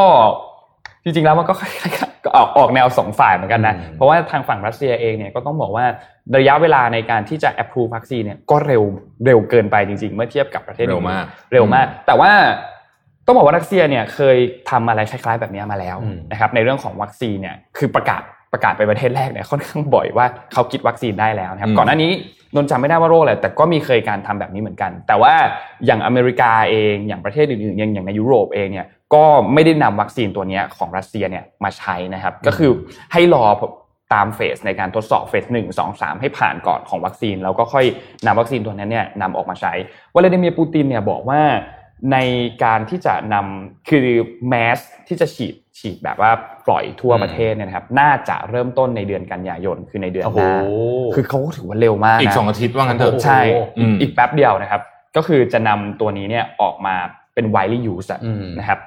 จริงๆแล้วมันก็ คล้ายๆก็ออกออกแนวสองฝ่ายเหมือนกันนะ อืม เพราะว่าทางฝั่งรัสเซียเองเนี่ยก็ต้องบอกว่าระยะเวลาในการที่จะ approve วัคซีนเนี่ยก็เร็วเร็วเกินไปจริง ๆ เมื่อเทียบกับประเทศ เร็ว อื่น มาก เร็วมาก แต่ว่าต้องบอกว่ารัสเซียเนี่ยเคยทำอะไรคล้ายๆ แบบนี้มาแล้ว อืม นะครับในเรื่องของวัคซีนเนี่ยคือประกาศประกาศไปประเทศแรกเนี่ยค่อนข้างบ่อยว่าเขาคิดวัคซีนได้แล้วนะครับ อืม ก่อนหน้านี้นนท์จำไม่ได้ว่าโรคอะไรแต่ก็มีเคยการทำแบบนี้เหมือนกัน แต่ว่าอย่างอเมริกาเองอย่างประเทศอื่นๆอย่างอย่างในยุโรปเองเนี่ยก็ไม่ได้นำวัคซีนตัวเนี้ยของรัสเซียเนี่ยมาใช้นะครับก็คือให้รอตามเฟสในการทดสอบเฟสหนึ่งสองสามให้ผ่านก่อนของวัคซีน แล้วก็ค่อยนำวัคซีนตัวนั้นเนี่ยนำออกมาใช้ วลาดิเมียร์ปูตินเนี่ยบอกว่าในการที่จะนำคือแมสที่จะฉีดฉีดแบบว่าปล่อยทั่วประเทศเนี่ยนะครับน่าจะเริ่มต้นในเดือนกันยายนคือในเดือนหโอ้โห น้าคือเขาก็ถือว่าเร็วมากนะ อีกสองอาทิตย์ว่างั้นเถอะ ใช่ อืม อีกแป๊บเดียวนะครับ ก็คือจะนำตัวนี้เนี่ยออกมาเป็น widely used อะ อืม นะครับ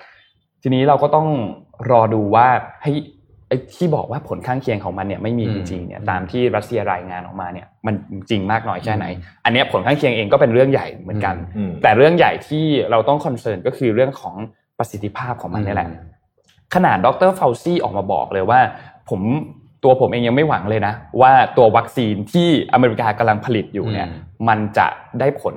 ทีนี้เราก็ต้องรอดูว่าให้ยไอ้ที่บอกว่าผลข้างเคียงของมันเนี่ยไม่มีจริงๆเนี่ยตามที่รัสเซียรายงานออกมาเนี่ยมันจริงมากน้อยแค่ไหน อันเนี้ยผลข้างเคียงเองก็เป็นเรื่องใหญ่เหมือนกัน อืม แต่เรื่องใหญ่ที่เราต้องคอนเซิร์นก็คือเรื่องของประสิทธิภาพของมันนี่แหละ อืม ขนาดดรเฟลซี่ออกมาบอกเลยว่า ผมตัวผมเองยังไม่หวังเลยนะ ว่าตัววัคซีนที่อเมริกากำลังผลิตอยู่เนี่ย อืม มันจะได้ผล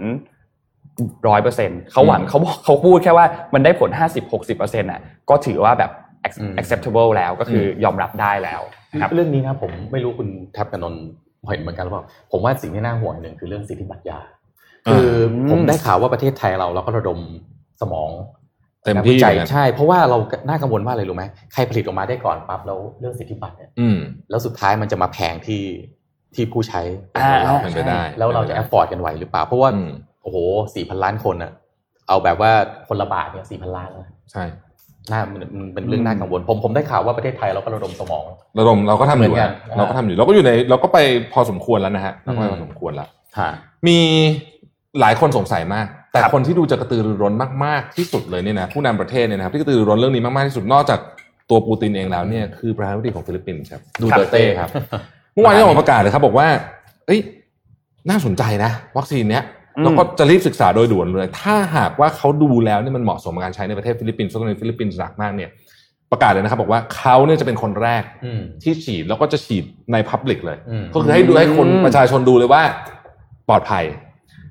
ร้อยเปอร์เซ็นเขาหวัง อืม เขาบอกเขาพูดแค่ว่ามันได้ผลห้าสิบหกสิบเปอร์เซ็นต์่ะก็ถือว่าแบบ อืม acceptable แล้วก็คือยอมรับได้แล้วนะครับ เรื่องนี้นะผมไม่รู้คุณแทบกับนนท์เห็นเหมือนกันหรือเปล่าผมว่าสิ่งที่น่าห่วงหนึ่งคือเรื่องสิทธิบัตรยา คือ ม ผมได้ข่าวว่าประเทศไทยเราเราก็ระดมสมอง เต็ม นัก ที่ วิจัย เลยนะ ใช่ เพราะว่าเราน่ากังวลมากเลยรู้ไหมใครผลิตออกมาได้ก่อนปั๊บแล้วเรื่องสิทธิบัตรเนี่ย อืม แล้วสุดท้ายมันจะมาแพงที่ที่ผู้ใช้ อ่า เรา เป็นไปได้ แล้วเราจะแอฟฟอร์ดกันไหวหรือเปล่า เพราะว่า อืม โอ้โหสี่พันล้านคนอะเอาแบบว่าคนละบาทเนี่ยสี่พันล้านนะ ใช่ น่ามันมันเป็นเรื่องน่ากังวล ผมผมได้ข่าวว่าประเทศไทยเราก็ระดมสมอง ระดมเราก็ทำอยู่ เหมือนกั นะ น เราก็ทำอยู่เราก็อยู่ในเราก็ไปพอสมควรแล้วนะฮะเราก็ไป อืม พอสมควรแล้ว ค่ะ มีหลายคนสงสัยมาก แต่ ครับ คนที่ดูจะกระตือรือร้นมาก ๆ ที่สุดเลยเนี่ยนะผู้นำประเทศเนี่ยนะครับที่กระตือรือร้นเรื่องนี้มาก ๆ ที่สุดนอกจากตัวปูตินเองแล้วเนี่ยคือประธานาธิบดีของฟิลิปปินส์ครับดูเตอร์เต้ครับเมื่อวานนี้ออกมาประกาศเลยครับบอกว่า เอ้ยน่าสนใจนะ วัคซีนเนี้ยแล้วก็จะรีบศึกษาโดยด่วนเลย ถ้าหากว่าเขาดูแล้วเนี่ยมันเหมาะสมกับการใช้ในประเทศฟิลิปปินส์ซึ่งตอนนี้ฟิลิปปินส์หนักมากเนี่ยประกาศเลยนะครับบอกว่าเขาเนี่ยจะเป็นคนแรก อืม ที่ฉีดแล้วก็จะฉีดในพับลิกเลย อืม ก็คือให้ดูให้คน อืม ประชาชนดูเลยว่าปลอดภัย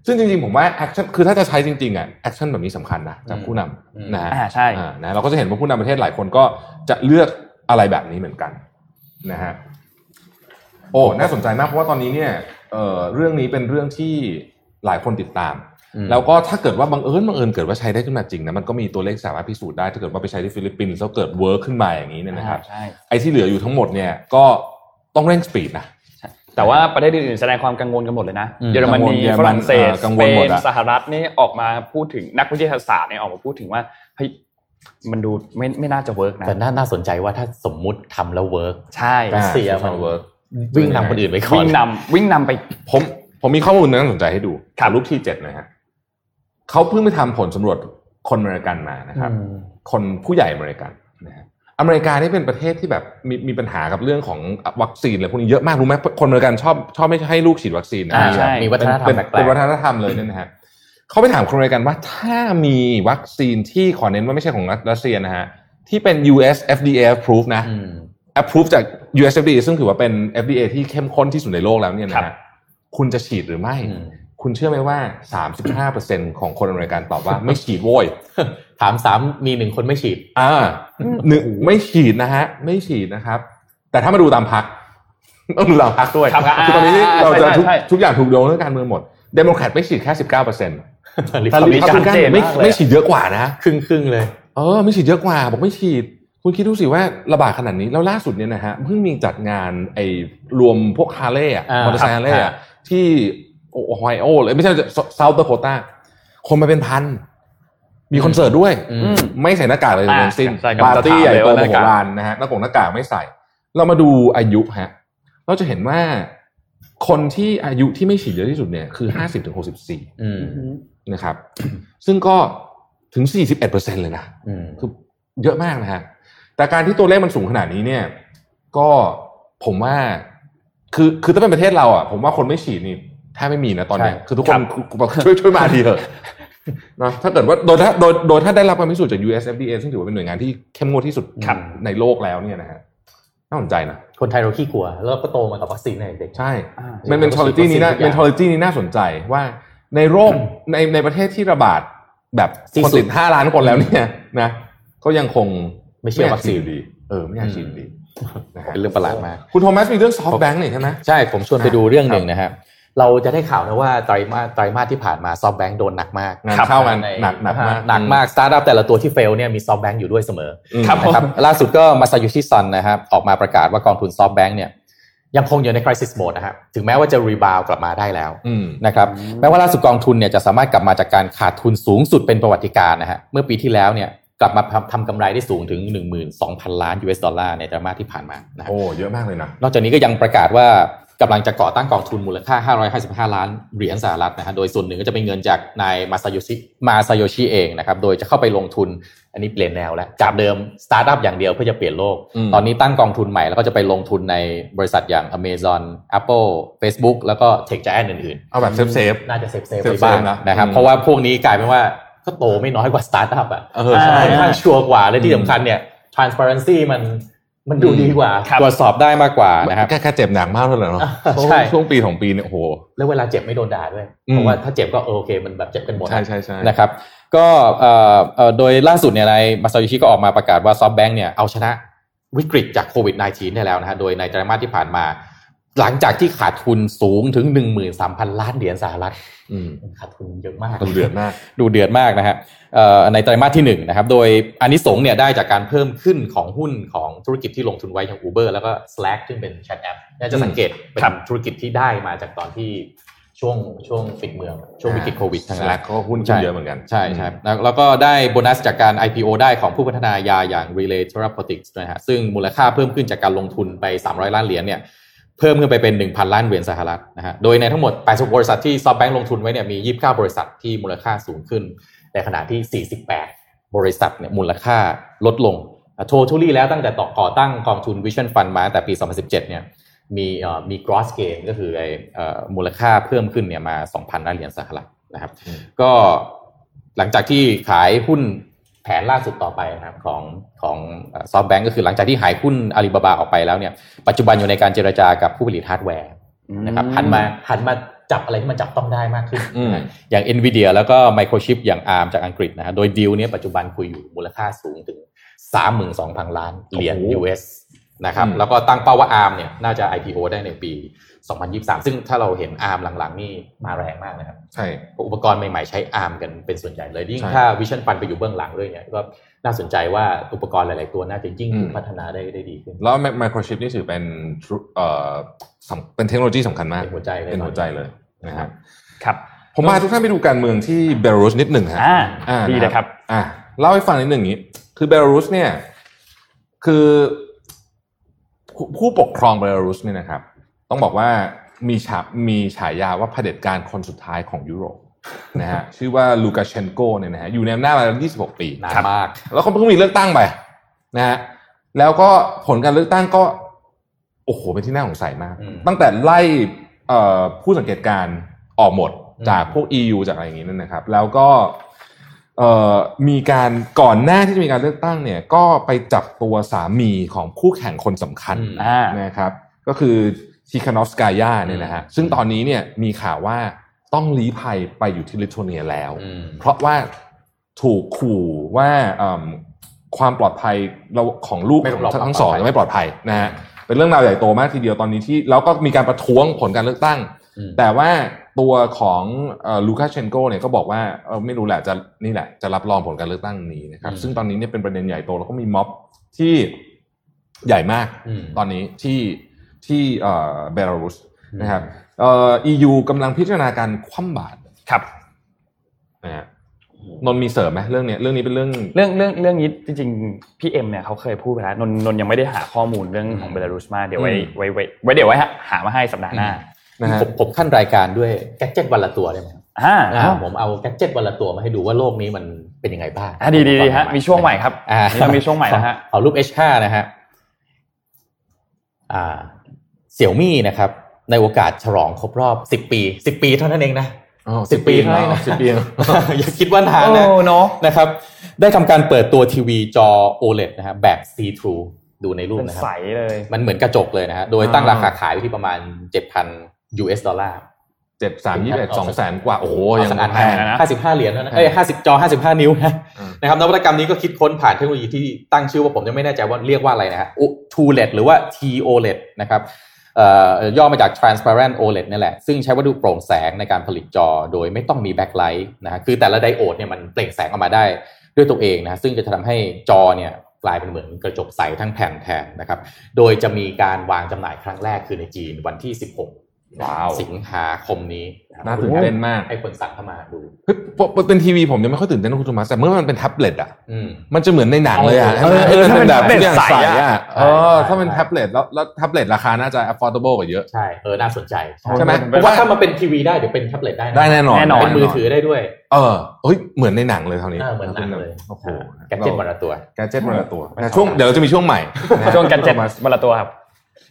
ซึ่งจริงๆ ผมว่าแอคชั่นคือถ้าจะใช้จริงๆอ่ะแอคชั่นแบบนี้สำคัญนะจากผู้น อืม ำนะฮะ อ่าใช่ อ่านะเราก็จะเห็นว่าผู้นำประเทศหลายคนก็จะเลือกอะไรแบบนี้เหมือนกันนะฮะโอ้น่าสนใจมากเพราะว่าตอนนี้เนี่ยเอ่อเรื่องนี้เป็นเรื่องที่หลายคนติดตาม อืม แล้วก็ถ้าเกิดว่าบังเอิญบังเอิญเกิดว่าใช้ได้ขึ้นมาจริงนะมันก็มีตัวเลขสามารถพิสูจน์ได้ถ้าเกิดว่าไปใช้ที่ฟิลิปปินส์แล้วเกิดเวิร์คขึ้นมาอย่างนี้เนี่ยนะครับ อ่าใช่ ไอ้ที่เหลืออยู่ทั้งหมดเนี่ยก็ต้องเร่งสปีดนะ แต่ว่าประเทศอื่นๆแสดงความกังวลกันหมดเลยนะ อืม เยอรม กังวล นี เยอรมัน ฝรั่งเศส เออสกังว เป ลหมด น อะ สหรัฐนี่ออกมาพูดถึงนักวิทยาศาสตร์เนี่ยออกมาพูดถึงว่าเฮ้ยมันดูไม่ไม่น่าจะเวิร์กนะ แต่น่าน่าสนใจว่าถ้าสมมุติทำแล้วเวิร์ก ใช่ รัสเซีย อ่า มัน เวิร์ก วิ่งนำคนอื่นไปก่อน วิ่งนำวิ่งนำไป ผมผมมีข้อมูลน่าสนใจให้ดู ครับ ลูกที่เจ็ดนะฮะเขาเพิ่งไปทำผลสำรวจคนอเมริกันมานะครับ คนผู้ใหญ่อเมริกันนะฮะอเมริกานี่เป็นประเทศที่แบบมีมีปัญหากับเรื่องของวัคซีนอะไรพวกนี้เยอะมากรู้ไหมคนอเมริกันชอบชอบไม่ให้ลูกฉีดวัคซีนนะ อ่าใช่ มีวัฒนธรร เป็นมแปล เป็น ก วัฒนธรรมเลยเนี่ยนะฮะเขาไปถามคนอเมริกันว่าถ้ามีวัคซีนที่ขอเน้นว่าไม่ใช่ของรัสเซียนะฮะที่เป็น US FDA approved นะ ๆอืม approve จาก US FDA ซึ่งถือว่าเป็น FDA ที่เข้มข้นที่สุดในโลกแล้วเนี่ยนะ ครั ฮะ บ คุณจะฉีดหรือไม่ อืม คุณเชื่อไหมว่า 35%ของคนอเมริกันตอบว่า ไม่ฉีดโว้ย ถามสามมีหนึ่งคนไม่ฉีด อ่าหนึ่งไม่ฉีดนะฮะ ไม่ฉีดนะครับ แต่ถ้ามาดูตามพัก ต้องดูตามพักด้วย ครับอ่า อตอนนี้เราจะ ใช่ ทุก ใช่ ทุกอย่างถูกโยงเรื่องการเมืองหมดเดโมแครตไม่ฉีดแค่ 19%เปอร์เซ็นต์ ถ้า ริพับลิ ชัด กัน เจนมากเลย ไม่ไม่ฉีดเยอะกว่านะ ครึ่งครึ่งๆเลย เออไม่ฉีดเยอะกว่า บอกไม่ฉีด คุณคิดดูสิว่าระบาดขนาดนี้ แล้วล่าสุดเนี่ยนะฮะเพิ่งมีจัดงานไอ้รวมพวกฮาเล่อะ อ่าม อเตอร์ไซค์ฮาเล่ ครั อะ บ ที่โอไฮโอเลยไม่ใช่เซาท์ดาโคต้าคนมาเป็นพัน มีคอนเสิร์ตด้วย อื อื ม ม ไม่ใส่หน้ากากเลย อ่า ทั้งสิ้น ใช่ครับ ปาร์ตี้ จะถาม ใหญ่ เลย โต ว่าม หน้า โห กาก ฬารนะฮะหน้ากงหน้ากากไม่ใส่ เรามาดูอายุฮะเราจะเห็นว่าคนที่อายุที่ไม่ฉีดเยอะที่สุดเนี่ยคือห้าสิบถึงหกสิบสี่ อืม นะครับ ซึ่งก็ถึงสี่สิบเอ็ดเปอร์เซ็นเลยนะ อืม คือเยอะมากนะฮะ แต่การที่ตัวเลขมันสูงขนาดนี้เนี่ย ก็ผมว่า คือ คือถ้าเป็นประเทศเราอ่ะ ผมว่าคนไม่ฉีดนี่แทบไม่มีนะตอนเนี้ยคือทุก คนแบบช่วยช่วยมาทีเถอะนะถ้าเกิดว่าโดยถ้าโดยโดยถ้าได้รับการพิสูจน์จาก US FDA ซึ่งถือว่าเป็นหน่วยงานที่เข้มงวดที่สุด ครับ ในโลกแล้วเนี่ยนะฮะ น่าสนใจนะ คนไทยเราขี้กลัว แล้วก็โตมากับวัคซีนในเด็ก ใช่ อ่า มันเ e นทอลิตี้นี้นะเ e นทอลิตี้นี้น่าสนใจว่าในโรคในในประเทศที่ระบาดแบบ ที่คสุด นติดห้าล้านคนแล้วเนี่ยนะก็ยังคง ไม่เชื่อวัคซีน ยู่ดี เออ ไม่อยากฉีดอยู่ดีนะฮะ เป็นเรื่องประหลาดมาก คุณโทมัสมีเรื่องซอฟต์แบงค์นี่ใช่ไหม ใช่ ผมชวนไปดูเรื่องหนึ่งนะครับ เราจะได้ข่าวนะว่าไตรมาสไตรมาสที่ผ่านมาซอฟแบงค์โดนหนักมาก งานเข้ามา ใ หนักหนักมาก หนักมากสตาร์ทอัพแต่ละตัวที่เฟลเนี่ยมีซอฟแบงค์อยู่ด้วยเสมอ อืม ครับ นะครับล่าสุดก็มาซา u ชิซันนะครับออกมาประกาศว่ากองทุนซอฟแบงค์เนี่ยยังคงอยู่ใน crisis mode นะครับถึงแม้ว่าจะรีบาวกลับมาได้แล้ว อืม นะครับ อืม แม้ว่าล่าสุดกองทุนเนี่ยจะสามารถกลับมาจากการขาดทุนสูงสุดเป็นประวัติการณ์นะฮะเมื่อปีที่แล้วเนี่ยกลับมาทำทำกำไรได้สูงถึง 12,000 ล้าน US ดอลลาร์ในไตรมาสที่ผ่านมานะฮะ โอ้ เยอะมากเลยนะ นอกจากนี้ก็ยังประกาศว่ากำลังจะก่อตั้งกองทุนมูลค่า 555 ล้านเหรียญสหรัฐนะฮะโดยส่วนหนึ่งก็จะเป็นเงินจากนายมาซาโยชิมาซาโยชิเองนะครับโดยจะเข้าไปลงทุนอันนี้เปลี่ยนแนวแล้วจากเดิมสตาร์ทอัพอย่างเดียวเพื่อจะเปลี่ยนโลก อืม ตอนนี้ตั้งกองทุนใหม่แล้วก็จะไปลงทุนในบริษัทอย่าง Amazon Apple Facebook แล้วก็ Tech Giant อื่นๆ เอาแบบเซฟเซฟ น่าจะเซฟเซฟ เซฟ ไปบ้าง เซฟนะ นะครับ อืม เพราะว่าพวกนี้กลายเป็นว่าก็โตไม่น้อยกว่าสตาร์ทอัพอ่ะ ๆเออใช่ ค่อนข้างชัวร์กว่า และที่ อืม สำคัญเนี่ย transparency มันมันดู อืม ดีกว่า ครับ ตรวจสอบได้มากกว่านะครับ แค่แค่เจ็บหนักมากเท่านั้นเนาะ ใช่ ช่วงปีของปีเนี่ยโอ้โห แล้วเวลาเจ็บไม่โดนด่าด้วย อืม เพราะว่าถ้าเจ็บก็เออโอเค มันแบบเจ็บกันหมด ใช่ใช่ใช่ นะครับ ก็เอ่อเอ่อโดยล่าสุดเนี่ยนายมาซาโยชิก็ออกมาประกาศว่าซอฟแบงค์เนี่ยเอาชนะวิกฤตจากโควิด -19 ได้แล้วนะฮะโดยในไตรมาสที่ผ่านมา หลังจากที่ขาดทุนสูงถึง 13,000 ล้านเหรียญสหรัฐ อืม ขาดทุนเยอะมาก ดูเดือดมาก ดูเดือดมากนะฮะเอ่อในไตรมาสที่1นะครับ โดยอันนี้สงส์เนี่ยได้จากการเพิ่มขึ้นของหุ้นของธุรกิจที่ลงทุนไว้อย่าง Uber แล้วก็ Slack ซึ่งเป็นแชทแอปน่าจะสังเกตเป็น ครับ ธุรกิจที่ได้มาจากตอนที่ช่วงช่วงปิดเมือง ช่วงวิกฤตโควิดทั้งนั้ แล้ว น ก็หุ้นขึ้นเยอะเหมือนกัน ใช่ใช่แล้วแล้วก็ได้โบนัสจากการ IPO ได้ของผู้พัฒนายาอย่าง Relay Therapeutics ด้วยนะฮะซึ่งมูลค่าเพิ่มขึ้นจากการลงทุนไป 300 ล้านเหรียญเนี่ยเพิ่มขึ้นไปเป็น 1,000 ล้านเหรียญสหรัฐนะฮะโดยในทั้งหมด 80 บริษัทที่ SoftBank ลงทุนไว้เนี่ยมี 29 บริษัทที่มูลค่าสูงขึ้น ในขณะที่ 48 บริษัทเนี่ยมูลค่าลดลงโททูลี่แล้วตั้งแต่ต่อก่อตั้งกองทุน Vision Fund มาตั้งแต่ปี 2017 เนี่ยมีเอ่อมี gross gain ก็คือไอ้เอ่อมูลค่าเพิ่มขึ้นเนี่ยมา 2,000 ล้านเหรียญสหรัฐนะครับ ก็หลังจากที่ขายหุ้นแผนล่าสุดต่อไปนะครับของของซอฟแบงก์ก็คือหลังจากที่หายหุ้นอาลีบาบาออกไปแล้วเนี่ยปัจจุบันอยู่ในการเจรจากับผู้ผลิตฮาร์ดแวร์นะครับหันมาหันมาจับอะไรที่มันจับต้องได้มากขึ้น อืม อย่าง NVIDIA แล้วก็ Microchip อย่าง ARM จากอังกฤษนะฮะโดยดีลเนี้ยปัจจุบันคุยอยู่มูลค่าสูงถึง 32,000 ล้านเหรียญ โอ้โห US นะครับ อืม แล้วก็ตั้งเป้าว่า ARM เนี่ยน่าจะ IPO ได้ในปี 2023 ซึ่งถ้าเราเห็น ARM หลังๆ นี่มาแรงมากนะครับ ใช่ อุปกรณ์ใหม่ๆ ใช้ ARM กันเป็นส่วนใหญ่เลยยิ่ง ใช่ ถ้า Vision Fund ไปอยู่เบื้องหลังด้วยเนี่ยก็น่าสนใจว่าอุปกรณ์หลาย ๆ ตัวน่าจะยิ่ง อืม ถูกพัฒนาได้ได้ดีขึ้น แล้วไมโครชิปนี่ถือเป็นธุเอ่อสำเป็นเทคโนโลยีสำคัญมาก เป็นหัวใจเลย เป็นหัวใจ ตอ เลยนะครับ ครับ ผมพาทุกท่านไปดูการเมืองที่เบลารุสนิดหนึ่งฮะ อ่า อ่า ดี นะ นะ ค ครัรับ บ อ่ะเล่าให้ฟังนิดหนึ่งอย่างนี้ คือเบลารุสเนี่ย คือผู้ผู้ปกครองเบลารุสเนี่ยนะครับ ต้องบอกว่ามีฉามีฉายาว่าเผด็จการคนสุดท้ายของยุโรปนะฮะ ชื่อว่าลูกาเชนโกเนี่ยนะฮะอยู่ในอำนาจมา 26 ปี นานมาก แล้วเขาเพิ่งมีเลือกตั้งไปนะฮะแล้วก็ผลการเลือกตั้งก็ โอ้โหเป็นที่น่าสงสัยมาก อืม ตั้งแต่ไล่เอ่อผู้สังเกตการณ์ออกหมด อืม จากพวก EU จากอะไรอย่างนี้นั่นนะครับ แล้วก็เอ่อมีการก่อนหน้าที่จะมีการเลือกตั้งเนี่ย ก็ไปจับตัวสามีของคู่แข่งคนสำคัญ อืม อ่า นะครับ ก็คือชิคานอฟสกายาเนี่ยนะฮะซึ่งตอนนี้เนี่ยมีข่าวว่า ต้องลี้ภัยไปอยู่ที่ลิทัวเนียแล้ว อืม เพราะว่าถูกขู่ว่าเอิ่มความปลอดภัยเราของลูก ไม่ปลอดภัย ทั้งสองยังไม่ปลอดภัยนะฮะเป็นเรื่องราวใหญ่โตมากทีเดียวตอนนี้ที่แล้วก็มีการประท้วงผลการเลือกตั้ง อืม แต่ว่าตัวของลูคาเชนโกเนี่ยก็บอกว่าเอ่อไม่รู้แหละจะนี่แหละจะรับรองผลการเลือกตั้งนี้นะครับ อืม ซึ่งตอนนี้เนี่ยเป็นประเด็นใหญ่โตแล้วก็มีม็อบที่ใหญ่มาก ม ตอนนี้ที่ที่เอ่อเบลารุสนะครับเอ่อ EU กำลังพิจารณาการคว่ำบาตร ครับ นะฮะนนท์มีเสริมไหมเรื่องเนี้ยเรื่องนี้เป็นเรื่อง เรื่องเรื่องเรื่องนี้จริงๆพี่เอ็มเนี่ยเขาเคยพูดไปแล้วนนท์นนท์ยังไม่ได้หาข้อมูลเรื่องของเบลารุสมาเดี๋ยวไว้ อืม ไว้ไว้ไว้เดี๋ยวไว้ฮะหามาให้สัปดาห์หน้า นะฮะ ผมผมขั้นรายการด้วยแก๊กเจ็ตวันละตัวได้ไหมครับ อ่า อ่าผมเอาแก๊กเจ็ตวันละตัวมาให้ดูว่าโลกนี้มันเป็นยังไงบ้าง อ่าดีดีดีฮะมีช่วงใหม่ครับ อ่า เรามีช่วงใหม่แล้วฮะ เอารูป H5 นะฮะอ่าเสี่ยวมี่นะครับ ในโอกาสฉลองครบรอบ 10 ปี 10 ปีเท่านั้นเองนะ อ๋อ สิบปีเท่านั้น อ๋อ นะ สิบปี อย่าคิดว่านานนะ โอ้เนาะ นะครับ ได้ทำการเปิดตัวทีวีจอ OLED นะครับแบบ see through ดูในรูป เป็น นะครั ใส บ เลย มันเหมือนกระจกเลยนะฮะโดยตั้ง อ่า ราคาขายไว้ที่ประมาณ 7,000 US ดอลลาร์ เจ็ดสามยี่สิบเอ็ดสองแสนกว่า โอ้โห โอ้ ยั ยัง ง ขนาด แพ แพ ง ง นะ ห้าสิบห้าเหรียญแล้วนะเอ้ยห้าสิบจอห้าสิบห้านิ้วนะ อืม นะครับนวัตกรรมนี้ก็คิดค้นผ่านเทคโนโลยีที่ตั้งชื่อว่าผมยังไม่แน่ใจว่าเรียกว่าอะไรนะฮะ TOLED หรือว่า TOLED นะครับเอ่อย่อมาจาก transparent OLED นี่แหละ ซึ่งใช้วัตถุโปร่งแสงในการผลิตจอโดยไม่ต้องมี backlight นะฮะคือแต่ละไดโอดเนี่ยมันเปล่งแสงออกมาได้ด้วยตัวเองนะฮะซึ่งจะทำให้จอเนี่ยกลายเป็นเหมือนกระจกใสทั้งแผ่นแทนนะครับโดยจะมีการวางจำหน่ายครั้งแรกคือในจีนวันที่ 16 ว้าว สิงหาคมนี้ะครับ น่าตื่นเต้นมาก ให้คนสั่งเข้ามาดู เฮ้ยปกเป็นทีวีผมยังไม่ค่อยตื่นเต้นนะคุณโทมัสแต่เมื่อมันเป็นแท็บเล็ตอ่ะ อืม มันจะเหมือนในหนังเลยอ่ะ เออเออถ้าเป็น แบบ แท็บเล็ต ทุกอย่าง ใสอะ อะ ใช่ เออ ใช่ ถ้าเป็นแท็บเล็ตแล้วแล้วแท็บเล็ตราคาน่าจะ affordable กว่าเยอะ ใช่ เออ น่าสนใจ ใช่ไหม เพราะว่าถ้ามาเป็นทีวีได้ เดี๋ยวเป็นแท็บเล็ตได้ะ ได้แน่นอน แน่นน เป็นมือถือได้ด้วย เออเฮ้ยเหมือนในหนังเลยเท่านี้ เออเหมือนหนังเลย โอ้โห แกเจ็ตวันละตัว แกดเจ็ตวันละตัวแต่ช่วงเดี๋ยวเราจะมีช่วงใหม่ะฮะ ช่วงกันเจ็ดวันละตัวครับ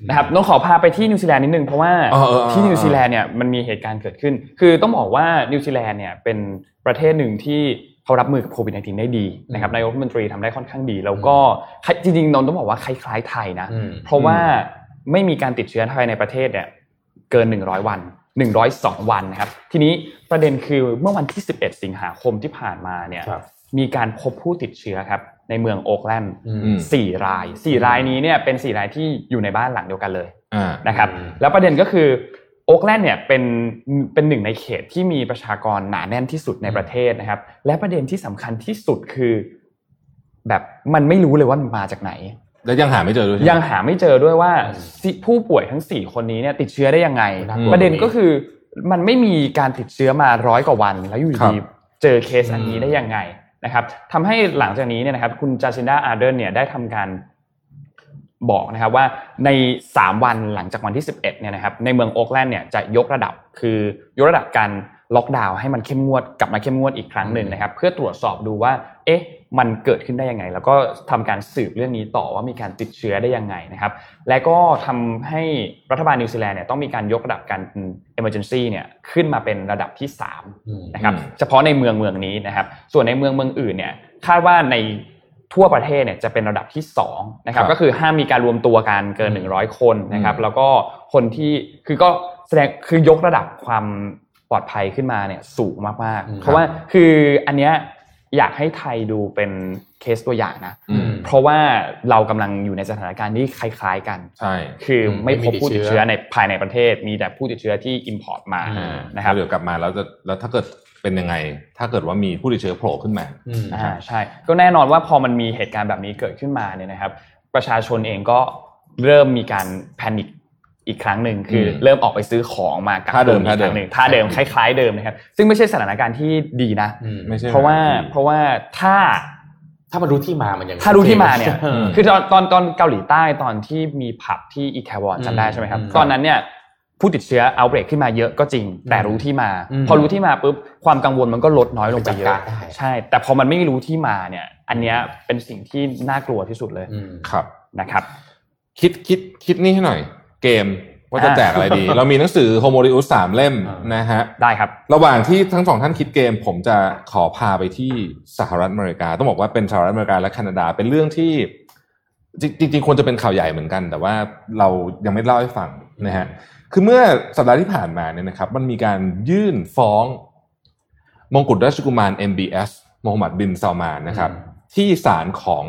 นะครับน้องขอพาไปที่นิวซีแลนด์นิดนึงเพราะว่า เออเออเออ ที่นิวซีแลนด์เนี่ยมันมีเหตุการณ์เกิดขึ้น คือต้องบอกว่านิวซีแลนด์เนี่ยเป็นประเทศหนึ่งที่เขารับมือกับโควิด -19 ได้ดีนะครับนายกรัฐมนตรีทำได้ค่อนข้างดี แล้วก็จริงๆนนท์ต้องบอกว่าคล้ายๆไทยนะ อืม เพราะว่าไม่มีการติดเชื้อภายในประเทศเนี่ยเกิน 100 วัน 102 วันนะครับ ทีนี้ประเด็นคือเมื่อวันที่ 11 สิงหาคมที่ผ่านมาเนี่ย ครับ มีการพบผู้ติดเชื้อครับในเมืองโอ๊กแลนด์ อืม อืม สี่รายสี่รายนี้เนี่ยเป็นสี่รายที่อยู่ในบ้านหลังเดียวกันเลย อ่า นะครับ อืม แล้วประเด็นก็คือโอ๊กแลนด์เนี่ยเป็นเป็นหนึ่งในเขตที่มีประชากรหนาแน่นที่สุดในประเทศนะครับ และประเด็นที่สำคัญที่สุดคือ แบบมันไม่รู้เลยว่ามันมาจากไหน แล้วยังหาไม่เจอด้วยใช่ไหม ยังหาไม่เจอด้วยว่า อืม สิผู้ป่วยทั้ง 4 คนนี้เนี่ยติดเชื้อได้ยังไง น่ากลัว ประเด็น ตรงนี้ ก็คือมันไม่มีการติดเชื้อมาร้อยกว่าวัน แล้วอยู่ดี ครับ เจอเคสอันนี้ได้ยังไงนะครับทำให้หลังจากนี้เนี่ยนะครับคุณจาซินดาอาร์เดนเนี่ยได้ทำการบอกนะครับว่าใน 3 วันหลังจากวันที่ 11เนี่ยนะครับในเมืองโอ๊กแลนด์เนี่ยจะยกระดับคือยกระดับการล็อกดาวน์ให้มันเข้มงวดกลับมาเข้มงวดอีกครั้งหนึ่งนะครับเพื่อตรวจสอบดูว่า เอ๊ะ มันเกิดขึ้นได้ยังไง แล้วก็ทำการสืบเรื่องนี้ต่อว่ามีการติดเชื้อได้ยังไงนะครับ และก็ทำให้รัฐบาลนิวซีแลนด์เนี่ยต้องมีการยกระดับการ emergency เนี่ยขึ้นมาเป็นระดับที่ 3 อืม นะครับ อืม เฉพาะในเมืองเมืองนี้นะครับ ส่วนในเมืองเมืองอื่นเนี่ยคาดว่าในทั่วประเทศเนี่ยจะเป็นระดับที่2นะครับ ครับ ก็คือห้ามมีการรวมตัวกันเกิน 100 คนนะครับ อืม แล้วก็คนที่คือก็แสดงคือยกระดับความปลอดภัยขึ้นมาเนี่ยสูงมาก อืม ๆ เพราะว่าคืออันเนี้ยอยากให้ไทยดูเป็นเคสตัวอย่างนะ อืม เพราะว่าเรากำลังอยู่ในสถานการณ์ที่คล้าย ๆ กัน ใช่ คืออ ม ไม่ ไม่ พ มี บผู้ ติ ติด ดเชื้ เชื้อ อ ในภายในประเทศ มีแต่ผู้ติดเชื้อที่ import มา อ่า นะครับ แล้วเดี๋ยวกลับมาแล้วจะแล้วถ้าเกิดเป็นยังไง ถ้าเกิดว่ามีผู้ติดเชื้อโผล่ขึ้นมา อืม อ่าใช่ ก็แน่นอนว่าพอมันมีเหตุการณ์แบบนี้เกิดขึ้นมาเนี่ยนะครับ ประชาชนเองก็เริ่มมีการแพนิคอีกครั้งหนึ่งคืออ ม เริ่มออกไปซื้อของมากัก ท่าเดิม ตุนอีกครั้งหนึ่งท่า ท่าเดิ เดิม ม คล้าย ๆเดิมนะครับ ซึ่งไม่ใช่สถานการณ์ที่ดีนะ อืม ไม่ใช่ เพราะว่าเพราะว่าถ้า ถ้ามันรู้ที่มามันยัง ถ้ารู้ที่มาเนี่ย ออ คือตอนตอนตอนเกาหลีใต้ตอนที่มีผับที่อิตาลีจำได้ใช่ไหมครับ อืม ตอนนั้นเนี่ยผู้ติดเชื้อเอาเบรกขึ้นมาเยอะก็จริง แต่รู้ที่มา อืม พอรู้ที่มาปุ๊บความกังวลมันก็ลดน้อยลงไปเย ไปจั อะ ดการได้ ใช่ แต่พอมันไม่รู้ที่มาเนี่ย อันเนี้ยเป็นสิ่งที่น่ากลัวที่สุดเลย อืม ครับ นะครับ คิดคิดคิดนี่ให้หน่อย เกมว่าจะ อ่า แจกอะไร ดี เรามีหนังสือโฮโมริอุสสามเล่ม อ่าน นะฮะ ได้ครับ ระหว่างที่ทั้งสองท่านคิดเกม ผมจะขอพาไปที่สหรัฐอเมริกา ต้องบอกว่าเป็นสหรัฐอเมริกาและแคนาดาเป็นเรื่องที่จริงจริงๆควรจะเป็นข่าวใหญ่เหมือนกัน แต่ว่าเรายังไม่เล่าให้ฟังนะฮะ คือเมื่อสัปดาห์ที่ผ่านมาเนี่ยนะครับ มันมีการยื่นฟ้องมงกุฎราชกุมาร MBS โมฮัมหมัดบินซาลมานนะครับ ที่ศาลของ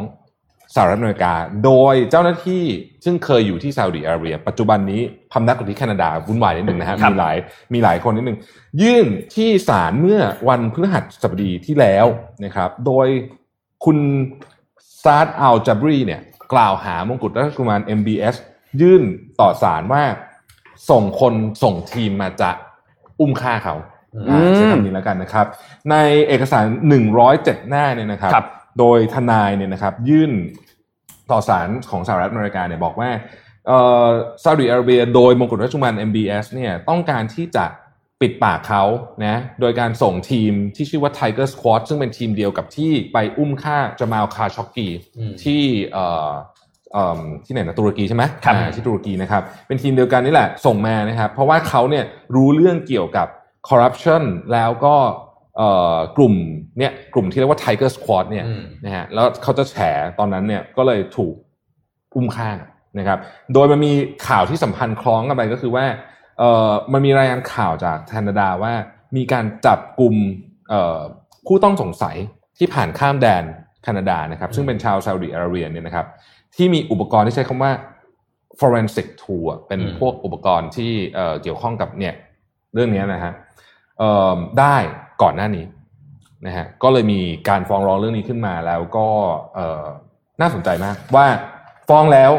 สหรัฐอเมริกา โดยเจ้าหน้าที่ซึ่งเคยอยู่ที่ซาอุดิอาระเบีย ปัจจุบันนี้พำนักอยู่ที่แคนาดาวุ่นวายนิดหนึ่งนะฮะ ครับ มีหลายมีหลายคนนิดหนึ่ง ยื่นที่ศาลเมื่อวันพฤหัสบดีที่แล้วนะครับ โดยคุณซาร์ดอัลจับรีเนี่ยกล่าวหามงกุฎราชกุมาร MBS ยื่นต่อศาลว่าส่งคนส่งทีมมาจะอุ้มฆ่าเขาอ่าใช้คำนี้แล้วกันนะครับ ในเอกสาร 107 หน้าเนี่ยนะครับ ครับ โดยทนายเนี่ยนะครับ ยื่นต่อศาลของสหรัฐอเมริกาเนี่ยบอกว่าเอ่อซาอุดิอาระเบียโดยมงกุฎราชกุมาร MBS เนี่ยต้องการที่จะปิดปากเขานะโดยการส่งทีมที่ชื่อว่า Tiger Squad ซึ่งเป็นทีมเดียวกับที่ไปอุ้มฆ่าจามาลคาช็อกกี อืม ที่เอ่อเอิ่มที่ไหนนะตุรกีใช่ไหม ครับ อ่าที่ตุรกีนะครับ เป็นทีมเดียวกันนี่แหละส่งมานะครับ เพราะว่าเขาเนี่ยรู้เรื่องเกี่ยวกับคอร์รัปชันแล้วก็เอ่อกลุ่มเนี่ยกลุ่มที่เรียกว่า Tiger Squad เนี่ย อืม นะฮะแล้วเขาจะแฉตอนนั้นเนี่ยก็เลยถูกอุ้มฆ่านะครับ โดยมันมีข่าวที่สัมพันธ์คล้องกันไปก็คือว่าเอ่อมันมีรายงานข่าวจากแคนาดาว่ามีการจับกลุ่มเอ่อผู้ต้องสงสัยที่ผ่านข้ามแดนแคนาดานะครับ ซึ่งเป็นชาวซาอุดิอาระเบียเนี่ยนะครับ ที่มีอุปกรณ์ที่ใช้คำว่า forensic tool อะเป็น อืม พวกอุปกรณ์ที่เอ่อเกี่ยวข้องกับเนี่ยเรื่องเนี้ยนะฮะเอ่อได้ก่อนหน้านี้นะฮะก็เลยมีการฟ้องร้องเรื่องนี้ขึ้นมาแล้วก็เอ่อน่าสนใจมาก ว่าฟ้องแล้ว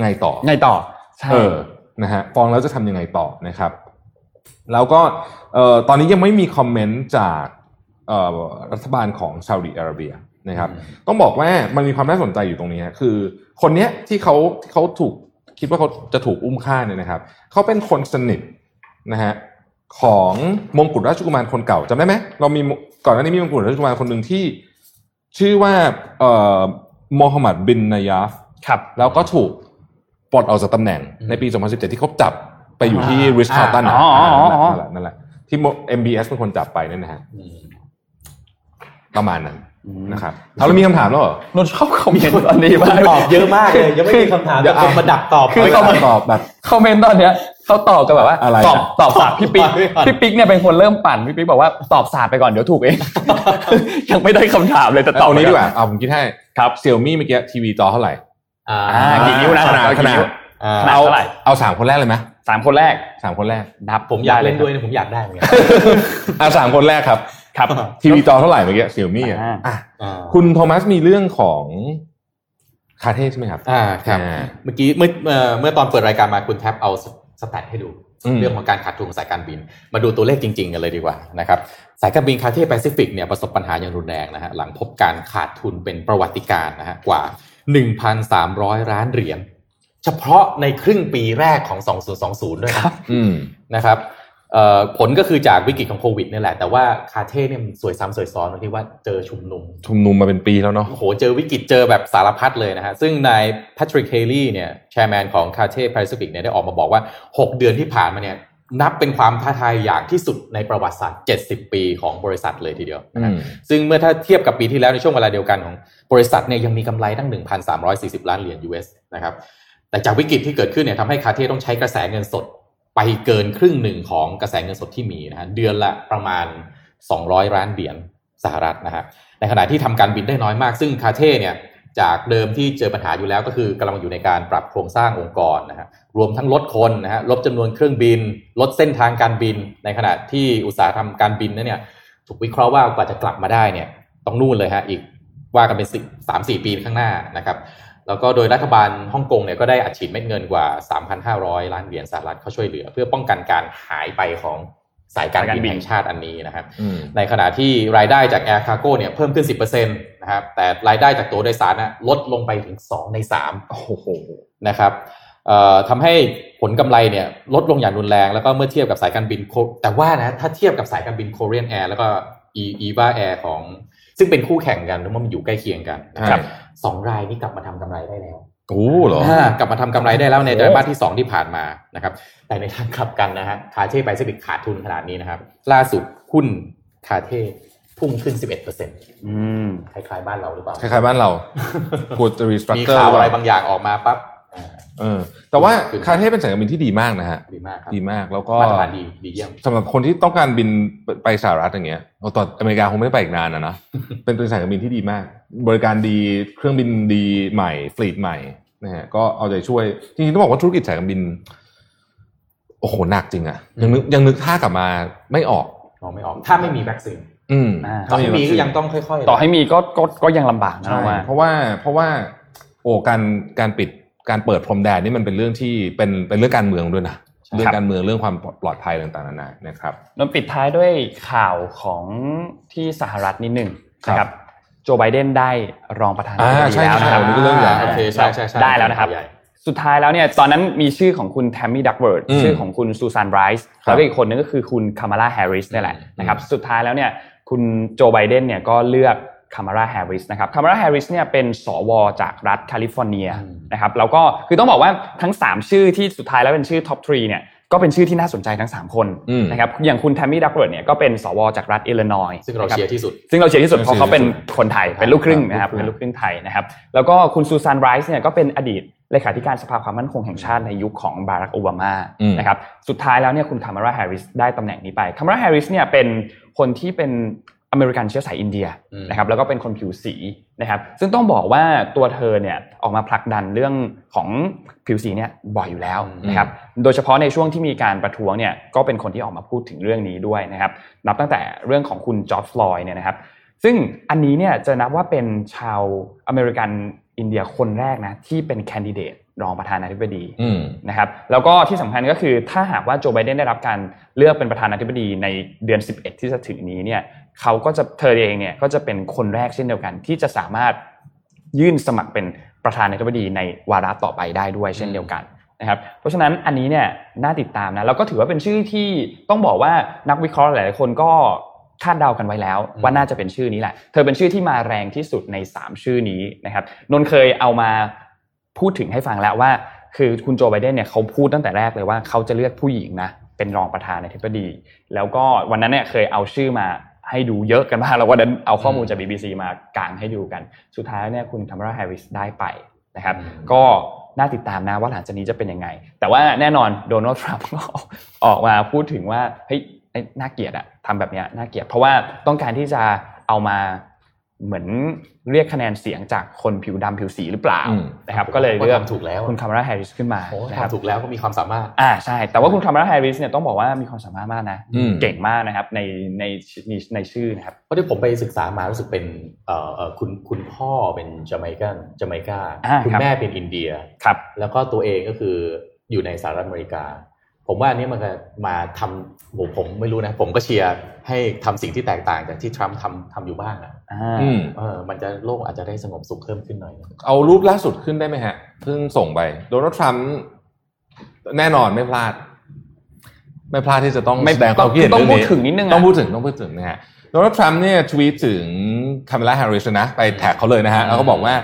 ไงต่อ ไงต่อใช่ เออ นะฮะ ฟ้องแล้วจะทำยังไงต่อนะครับ แล้วก็เอ่อตอนนี้ยังไม่มีคอมเมนต์จากเอ่อรัฐบาลของซาอุดิอาระเบียนะครับ ต้องบอกว่ามันมีความน่าสนใจอยู่ตรงนี้ฮะคือ คนเนี้ยที่เขาที่เขาถูกคิดว่าเขาจะถูกอุ้มฆ่าเนี่ยนะครับ เขาเป็นคนสนิทนะฮะของมงกุฎราชกุมารคนเก่าจำได้ไหมเรามีก่อนหน้านี้มีมงกุฎราชกุมารคนหนึ่งที่ ชื่อว่าเอ่อโมฮัมหมัดบินนายาฟ ครับ แล้วก็ถูกปลดออกจากตำแหน่ง อืม ในปี 2017 ที่เขาจับไปอยู่ที่ริชคาร์ตัน อ๋ออ๋ออ๋อ นั่นแหละนั่นแหละที่โม MBS เป็นคนจับไปนั่นนะฮะ อืม ประมาณนั้นนะครับเอาแล้วมีคำถามแล้วเหรอ นนท์ชอบคอมเมนต์ตอนนี้มาก ตอบเยอะมากเลยยังไม่มีคำถาม เดี๋ยว จะ เอา เป็นมาดักตอบ คือ ไม่ เขา ตอบแบบ คอมเมนต์ตอนเนี้ยเขาตอบกันแบบว่า อะไร ตอบ นะ ตอบสาดพี่ปิ๊ก ตอบไม่ทัน พี่ปิ๊กเนี่ยเป็นคนเริ่มปั่นพี่ปิ๊กบอกว่าตอบสาดไปก่อนเดี๋ยวถูกเอง ยังไม่ได้คำถามเลยแต่ตอบ เอานี้ดีกว่าเอาผมคิดให้ ครับ เซี่ยมี่เมื่อกี้ทีวีจอเท่าไหร่ อ่า อ่ากี่นิ้วนะ ขนาดขนาด กี่ว อ่า ขนาด เอา เท่าไหร่ เอาสามคนแรกเลยไหม สามคนแรก สามคนแรก นับ ผมอยาก ได้ เล่น ครับ ด้วยนะผมอยากได้เหมือนกัน อ่ะสามคนแรกครับ ครับ ทีวีจอเท่าไหร่เมื่อกี้เซี่ยมี่ อ่า อ่ะคุณโทมัสมีเรื่องของคาเทใช่ไหมครับ อ่าครับ อ่า เมื่อกี้เมื่อเอ่อเมื่อตอนเปิดรายการมาคุณแท็บเอาสแตทให้ดู อืม เรื่องของการขาดทุนสายการบิน มาดูตัวเลขจริง ๆ กันเลยดีกว่านะครับสายการบินคาเทแปซิฟิกเนี่ยประสบปัญหาอย่างรุนแรงนะฮะหลังพบการขาดทุนเป็นประวัติการณ์นะฮะกว่า 1,300 ล้านเหรียญเฉพาะในครึ่งปีแรกของ 2020 ด้วยนะ อืม นะครับเอ่อผลก็คือจากวิกฤตของโควิดเนี่ยแหละ แต่ว่าคาเท่เนี่ยมันสวยซ้ำสวยซ้อนตรงที่ว่าเจอชุมนุม ชุมนุมมาเป็นปีแล้วเนาะ โอ้โห เจอวิกฤตเจอแบบสารพัดเลยนะฮะ ซึ่งนายแพทริกเฮลี่เนี่ยแชร์แมนของคาเท่แปซิฟิกเนี่ยได้ออกมาบอกว่า 6 เดือนที่ผ่านมาเนี่ยนับเป็นความท้าทายอย่างที่สุดในประวัติศาสตร์ 70 ปีของบริษัทเลยทีเดียวนะฮะ ซึ่งเมื่อถ้าเทียบกับปีที่แล้วในช่วงเวลาเดียวกันของบริษัทเนี่ยยังมีกำไรตั้ง 1,340 ล้านเหรียญ US นะครับ แต่จากวิกฤตที่เกิดขึ้นเนี่ยทำให้คาเท่ต้องใช้กระแสเงินสดไปเกินครึ่งหนึ่งของกระแสเงินสดที่มีนะฮะเดือนละประมาณ 200 ล้านเหรียญสหรัฐนะฮะในขณะที่ทำการบินได้น้อยมาก ซึ่งคาเท่เนี่ยจากเดิมที่เจอปัญหาอยู่แล้วก็คือกำลังอยู่ในการปรับโครงสร้างองค์กรนะฮะรวมทั้งลดคนนะฮะลดจำนวนเครื่องบิน ลดเส้นทางการบิน ในขณะที่อุตสาหกรรมการบินนั้นเนี่ย ถูกวิเคราะห์ว่ากว่าจะกลับมาได้เนี่ยต้องนู่นเลยฮะอีกว่ากันเป็นสิสามสี่ปีข้างหน้านะครับแล้วก็โดยรัฐบาลฮ่องกงเนี่ยก็ได้อัดฉีดเม็ดเงินกว่า 3,500 ล้านเหรียญสหรัฐเข้าช่วยเหลือ เพื่อป้องกันการหายไปของสายการ สายการ บิน บิน แห่งชาติอันนี้นะครับ ในขณะที่รายได้จาก Air Cargo เนี่ยเพิ่มขึ้น 10%นะครับแต่รายได้จากตัวโดยสารนะลดลงไปถึง 2 ใน 3 โอ้โห นะครับเอ่อทำให้ผลกำไรเนี่ยลดลงอย่างรุนแรงแล้วก็เมื่อเทียบกับสายการบินโคแต่ว่านะถ้าเทียบกับสายการบิน Korean Air แล้วก็ E- EVA Air ของ ซึ่งเป็นคู่แข่งกันเพราะว่ามันอยู่ใกล้เคียงกันนะครับ ใช่ สองรายนี้กลับมาทำกำไรได้แล้ว โอ้เหรอ อ่ากลับมาทำกำไรได้แล้วในไตรมาสที่ 2 ที่ผ่านมานะครับแต่ในทางกลับกันนะฮะคาเท่ไปซิฟิกขาดทุนขนาดนี้นะครับล่าสุดหุ้นคาเท่พุ่งขึ้น 11% อืม คล้ายๆบ้านเราหรือเปล่า คล้ายๆบ้านเรา กูจะรีสตรัค มี เตอร์ ข่าวอะไรบางอย่างออกมาปั๊บ อ่า เออ แต่ว่า คือ คาเทศเป็นสายการบินที่ดีมากนะฮะ ดีมากครับ ดีมากแล้วก็ มาตรฐานดีดีเยี่ยม สำหรับคนที่ต้องการบินไปสหรัฐอย่างเงี้ยเอาตอนอเมริกาคงไม่ได้ไปอีกนาน นะนะ เป็นเป็นสายการบินที่ดีมาก บริการดีเครื่องบินดีใหม่ฟลีดใหม่นะฮะก็เอาใจช่วยจริงๆต้องบอกว่าธุรกิจสายการบิน โอ้โหหนักจริงอะยังนึกยังนึกท่ากลับมาไม่ออก มองไม่ออก ถ้าไม่มีวัคซีน อืม อ่า ต่อให้มีก็ วัคซีน ยังต้องค่อยๆ ต่อให้มีก็ก็ก็ยังลำบากนะ ใช่ ว่า เพราะว่าเพราะว่าโอ้การการปิดการเปิดพรมแดนนี่มันเป็นเรื่องที่เป็นเป็นเรื่องการเมืองด้วยนะ ใช่ครับ เรื่องการเมืองเรื่องความปลอดภัยต่างๆนานานะครับ นนท์ปิดท้ายด้วยข่าวของที่สหรัฐนิดหนึ่ง ครับ นะครับ โจไบเดนได้รองประธานาธิบ อ่า ดี ใช่ แล้วนะค ข่า รับวนี้ก็เรื่องใหญ่ าโอเคใช่ใช่ใช่ ได้แล้วนะครับ ใหญ่ สุดท้ายแล้วเนี่ยตอนนั้นมีชื่อของคุณแทมมี่ดักเวิร์ด อืม ชื่อของคุณซูซานไบรส์ ครับ แล้วก็อีกคนนึงก็คือคุณคามาลาแฮร์ริสนี่ยแหละนะครับสุดท้ายแล้วเนี่ยคุณโจไบเดนเนี่ยก็เลือกคามาลาแฮร์ริสนะครับคามาลาแฮร์ริสเนี่ยเป็นสวจากรัฐแคลิฟอร์เนีย อืม นะครับแล้วก็คือต้องบอกว่าทั้ง 3 ชื่อที่สุดท้ายแล้วเป็นชื่อท็อปทรีเนี่ยก็เป็นชื่อที่น่าสนใจทั้ง 3 คน อืม นะครับอย่างคุณแทมมี่ดักเวิร์ดเนี่ยก็เป็นสวจากรัฐอิลลินอยส์ ซึ่งเรา นะครับ เชียร์ที่สุด ซึ่งเราเชียร์ที่สุด เรา เพราะเขาเป็น เชียร์ที่สุด คนไทยเป็นลูกครึ่งนะครับ ครับ เป็นลูกครึ่งไทยนะครับ แล้วก็คุณซูซานไรส์เนี่ยก็เป็นอดีตเลขาธิการสภาความมั่นคงแห่งชาติในยุคของบารักโอบามา อืม นะครับสุดท้ายแล้วเนี่ยคุณคามาราแฮร์ริสได้ตำแหน่งนี้ไปคามาราแฮร์ริสเนี่ยเป็นคนที่เป็นอเมริกันเชื้อสายอินเดีย อืม นะครับแล้วก็เป็นคนผิวสีนะครับซึ่งต้องบอกว่าตัวเธอเนี่ยออกมาผลักดันเรื่องของผิวสีเนี่ยบ่อยอยู่แล้วนะครับโดยเฉพาะในช่วงที่มีการประท้วงเนี่ยก็เป็นคนที่ออกมาพูดถึงเรื่องนี้ด้วยนะครับ นับตั้งแต่เรื่องของคุณจอร์จฟลอยด์เนี่ยนะครับ ซึ่งอันนี้เนี่ยจะนับว่าเป็นชาวอเมริกันอินเดียคนแรกนะที่เป็นแคนดิเดตรองประธานาธิบดี อืม นะครับแล้วก็ที่สำคัญก็คือถ้าหากว่าโจไบเดนได้รับการเลือกเป็นประธานาธิบดีในเดือน 11 ที่จะถึงนี้เนี่ยเขาก็จะเธอเองเนี่ยก็จะเป็นคนแรกเช่นเดียวกัน ที่จะสามารถยื่นสมัครเป็นประธานาธิบดีในวาระต่อไปได้ด้วยเช่นเดียวกัน นะครับเพราะฉะนั้นอันนี้เนี่ยน่าติดตามนะแล้วก็ถือว่าเป็นชื่อที่ต้องบอกว่านักวิเคราะห์หลายๆคนก็คาดเดากันไว้แล้ว อืม ว่าน่าจะเป็นชื่อนี้แหละ เธอเป็นชื่อที่มาแรงที่สุดใน 3 ชื่อนี้นะครับนนท์เคยเอามาพูดถึงให้ฟังแล้วว่า คือคุณโจไบเดนเนี่ยเขาพูดตั้งแต่แรกเลยว่าเขาจะเลือกผู้หญิงนะเป็นรองประธานาธิบดี แล้วก็วันนั้นเนี่ยเคยเอาชื่อมาให้ดูเยอะกันมากแล้ววันนั้นเอาข้อมูลจาก BBC มากางให้ดูกัน สุดท้ายแล้วเนี่ยคุณคัมราแฮร์ริสได้ไปนะครับ อืม ก็น่าติดตามนะว่าหลังจากนี้จะเป็นยังไง แต่ว่าแน่นอนโดนัลด์ทรัมป์ก็ ออกมาพูดถึงว่าเฮ้ยไอ้น่าเกลียดอะทำแบบเนี้ยน่าเกลียดเพราะว่าต้องการที่จะเอามาเหมือนเรียกคะแนนเสียงจากคนผิวดำผิวสีหรือเปล่า อืม นะครับ ก็เลยเลือก ทำถูกแล้ว คุณคามาราแฮร์ริสขึ้นมา โอ้ นะครับ ทำถูกแล้วก็มีความสามารถ อ่าใช่ แต่ว่าคุณคามาราแฮร์ริสเนี่ยต้องบอกว่ามีความสามารถมากนะ อืม เก่งมากนะครับในในในในชื่อนะครับ เพราะที่ผมไปศึกษามารู้สึกเป็นเอ่อเอ่อคุณคุณพ่อเป็นจาไมกันจาไมกา อ่า คุณ ครับ แม่เป็นอินเดีย ครับ แล้วก็ตัวเองก็คืออยู่ในสหรัฐอเมริกา ผมว่าอันนี้มันจะมาทำผมผมไม่รู้นะ ผมก็เชียร์ให้ทำสิ่งที่แตกต่างจากที่ทรัมป์ทำทำอยู่บ้างนะ อ่า อืม เออมันจะโลกอาจจะได้สงบสุขเพิ่มขึ้นหน่อยนะ เอารูปล่าสุดขึ้นได้ไหมฮะเพิ่งส่งไปโดนัลด์ทรัมป์แน่นอนไม่พลาด ไม่พลาดที่จะต้อง ไม่ แสดงความคิดเห็น ต้อง เรื่อง พูด นี้ ถึงนิดนึงอะ ต้องพูดถึงต้องพูดถึงนะฮะโดนัลด์ทรัมป์เนี่ยทวีตถึงคามิลาแฮร์ริสนะ ไปแท็กเขาเลยนะฮะแล้วก็บอกว่า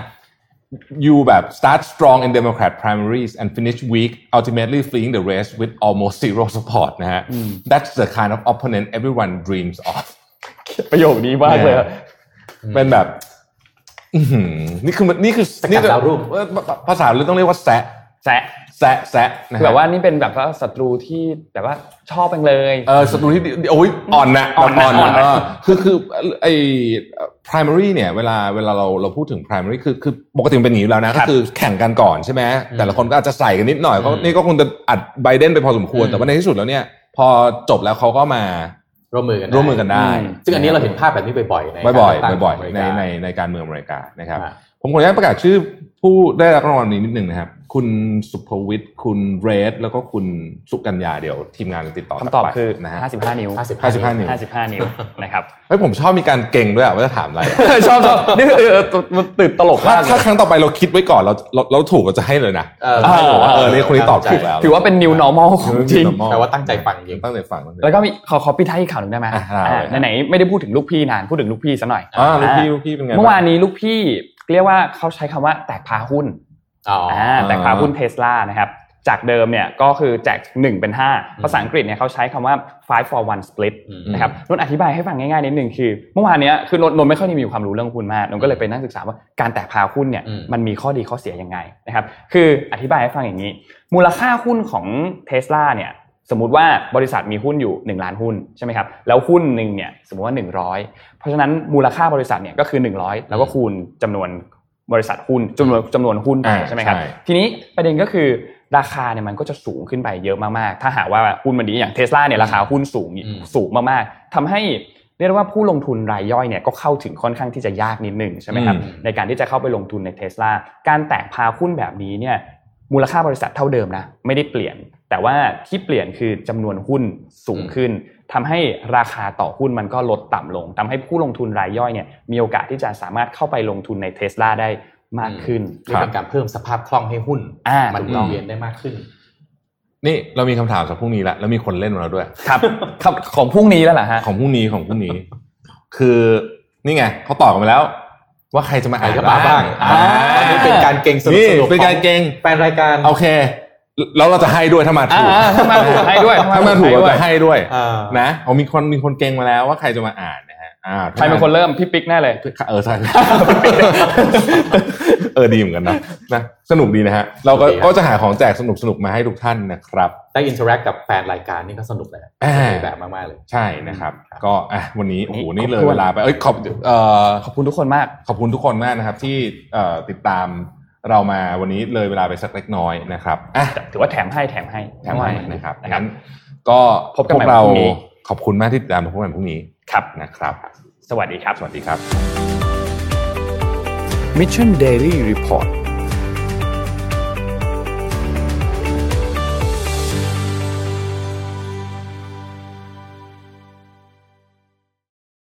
you แบบ start strong in Democrat primaries and finish weak ultimately fleeing the race with almost zero support นะฮะ that's the kind of opponent everyone dreams of ประโยคนี้มากเลยอะ เป็นแบบ อื้อหือนี่คือมันนี่คือนี่คือ ดาวรูป เอ่อภาษาเราต้องเรียกว่าแซะ แซะ แซะแซะนะฮะ แบบว่านี่เป็นแบบว่าศัตรูที่แบบว่าชอบจังเลย เออศัตรูที่ดีโอ้ยอ่อนนะ อ่อนนะ แบบ อ่อนนะ เคือคือไอ primary เนี่ย เวลาเวลาเราเราพูดถึง primary คือคือปกติมันเป็นอย่างนี้อยู่แล้วนะ ก็คือแข่งกันก่อนใช่ไหมแต่ละคนก็อาจจะใส่กันนิดหน่อยเขา อืม นี่ก็คงจะอัดไบเดนไปพอสมควร อืม แต่ว่าในที่สุดแล้วเนี่ย พอจบแล้วเขาก็มา ร่วมมือกันได้ ร่วมมือกันได้ อืม ซึ่งอันนี้เราเห็นภาพแบบนี้บ่อยๆใน บ่อย การ ๆบ่อย เลืก ๆ ตั้ ใน ง ในในการเมืองอเมริกานะครับ อ่า ผมขออนุญาตประกาศชื่อผู้ได้รับรางวัลนี้นิดหนึ่งนะครับ คุณสุภวิทย์ คุณเรดแล้วก็คุณสุกัญญาเดี๋ยวทีมงานติดต่อกลั คำตอบ ไป คือ นะฮะ 55 นิ้ว 55 นิ้ว 55 นิ้วนะครับ เฮ้ยผมชอบมีการเก่งด้วยอะว่าจะถามอะไรอะ ชอบชอบนี่คือเออมันตื่นตลก ถ้าม ากเล ถ้าย ครั้งต่อไปเราคิดไว้ก่อนเราเราเราถูกเราจะให้เลยนะ เออ เราให้บอกว่าเออ เออ นี่คนนี้ตอบถูกแล้ว ถือว่าเป็น new normal ของจริง แปลว่าตั้งใจฟังจริง ตั้งใจฟังตั้งใจ แล้วก็มีขอขอปิดท้ายอีกข่าวหนึ่งได้ไหม อ่ะได้ อ่ะ ได้ ไหนๆไม่ได้พูดถึงลูกพี่นานพูดถึงลูกพี่ซะหน่อย อ่าลูกพี่ลูกพี่เป็นไงบ้ง เมื่อวานนี้ลูกพี่เรียกว่าเขาใช้คำว่าแตกพาหุ้น อ๋อ ่าแตกพาหุ้นเทสลานะครับ จากเดิมเนี่ยก็คือแจก1เป็น 5 ภาษาอังกฤษเนี่ยเขาใช้คำว่า five for one split อืม นะครับนนท์อธิบายให้ฟังง่ายๆนิดหนึ่งคือ เมื่อวานเนี้ยคือนนท์นนท์ไม่ค่อยได้มีความรู้เรื่องหุ้นมากนนท์ก็เลยไปนั่งศึกษาว่าการแตกพาหุ้นเนี่ย อืม มันมีข้อดีข้อเสียยังไงนะครับคืออธิบายให้ฟังอย่างนี้ มูลค่าหุ้นของเทสลาเนี่ยสมมติว่าบริษัทมีหุ้นอยู่ 1 ล้านหุ้นใช่ไหมครับแล้วหุ้นหนึ่งเนี่ยสมมติว่า 100 เพราะฉะนั้นมูลค่าบริษัทเนี่ยก็คือ 100 แล้วก็คูณจำนวนบริษัทหุ้นจำนวนจำนวนหุ้นไป อ่า ใช่ไหมครับ ใช่ ทีนี้ประเด็นก็คือราคาเนี่ยมันก็จะสูงขึ้นไปเยอะมากๆ ถ้าหากว่าหุ้นมันดีอย่างเทสลาเนี่ยราคาหุ้นสูง อืม สูงมากๆทำให้เรียกได้ว่าผู้ลงทุนรายย่อยเนี่ยก็เข้าถึงค่อนข้างที่จะยากนิดหนึ่งใช่ไหมครับ อืม ในการที่จะเข้าไปลงทุนในเทสลาการแตกพาหุ้นแบบนี้เนี่ยมูลค่าบริษัทเท่าเดิมนะไม่ได้เปลี่ยน แต่ว่าที่เปลี่ยนคือจำนวนหุ้นสูงขึ้นทำให้ราคาต่อหุ้นมันก็ลดต่ำลงทำให้ผู้ลงทุนรายย่อยเนี่ยมีโอกาสที่จะสามารถเข้าไปลงทุนในเทสลาได้มากขึ้น เรียกว่าการเพิ่มสภาพคล่องให้หุ้น อ่ามั มันหมุนเวียนได้มากขึ้น นี่เรามีคำถามจากพรุ่งนี้แล้วแล้วมีคนเล่นมาแล้วด้วย ครับ ครับของพรุ่งนี้แล้วเหรอฮะ ของพรุ่งนี้ของพรุ่งนี้ คือนี่ไงเขาตอบกันไปแล้ว ว่าใครจะมา ใคร อ่าน จะมาบ้าง อ่า อันนี้เป็นการเกรงสนุก นี่ สนุก เป็นการเก่ง แฟนรายการ โอเค แล้วเราจะให้ด้วยถ้ามาถูก อ่าถ้ามาถูกให้ด้วย ถ้ามาถูก ให้ด้วย เราจะให้ด้วย อ่า นะเอามีคนมีคนเก่งมาแล้วว่าใครจะมาอ่านนะฮะอ่า ใครเป็นคนเริ่มพี่ปิ๊กแน่เลย เออใช่ เออดีเหมือนกันนะนะสนุกดีนะฮะ เราก็ ดีครับ ก็จะหาของแจกสนุกสนุกๆมาให้ทุกท่านนะครับ ได้อินเทอร์แอคกับแฟนรายการนี่ก็สนุกเลยนะ อ่า สนุกแบบมากๆเลย ใช่นะครับ ก็อ่ะวันนี้โอ้โหนี่เลย ขอบคุณ เวลาไปเอ้ยขอบเอ่อ ขอบคุณทุกคนมาก ขอบคุณทุกคนมากนะครับที่เอ่อติดตามเรามาวันนี้เลยเวลาไปสักเล็กน้อยนะครับอ่ะ ถือว่าแถมให้แถมให้ ทางไล ให้ น์นะครับ นะครับ งั้นก็ พบกันใหพวม่ เรา พรุ่งนี้ ขอบคุณมากที่ติดตามพบกันพรุ่งนี้ ครับ นะครับ สวัสดีครับ สวัสดีครับ Mission Daily Report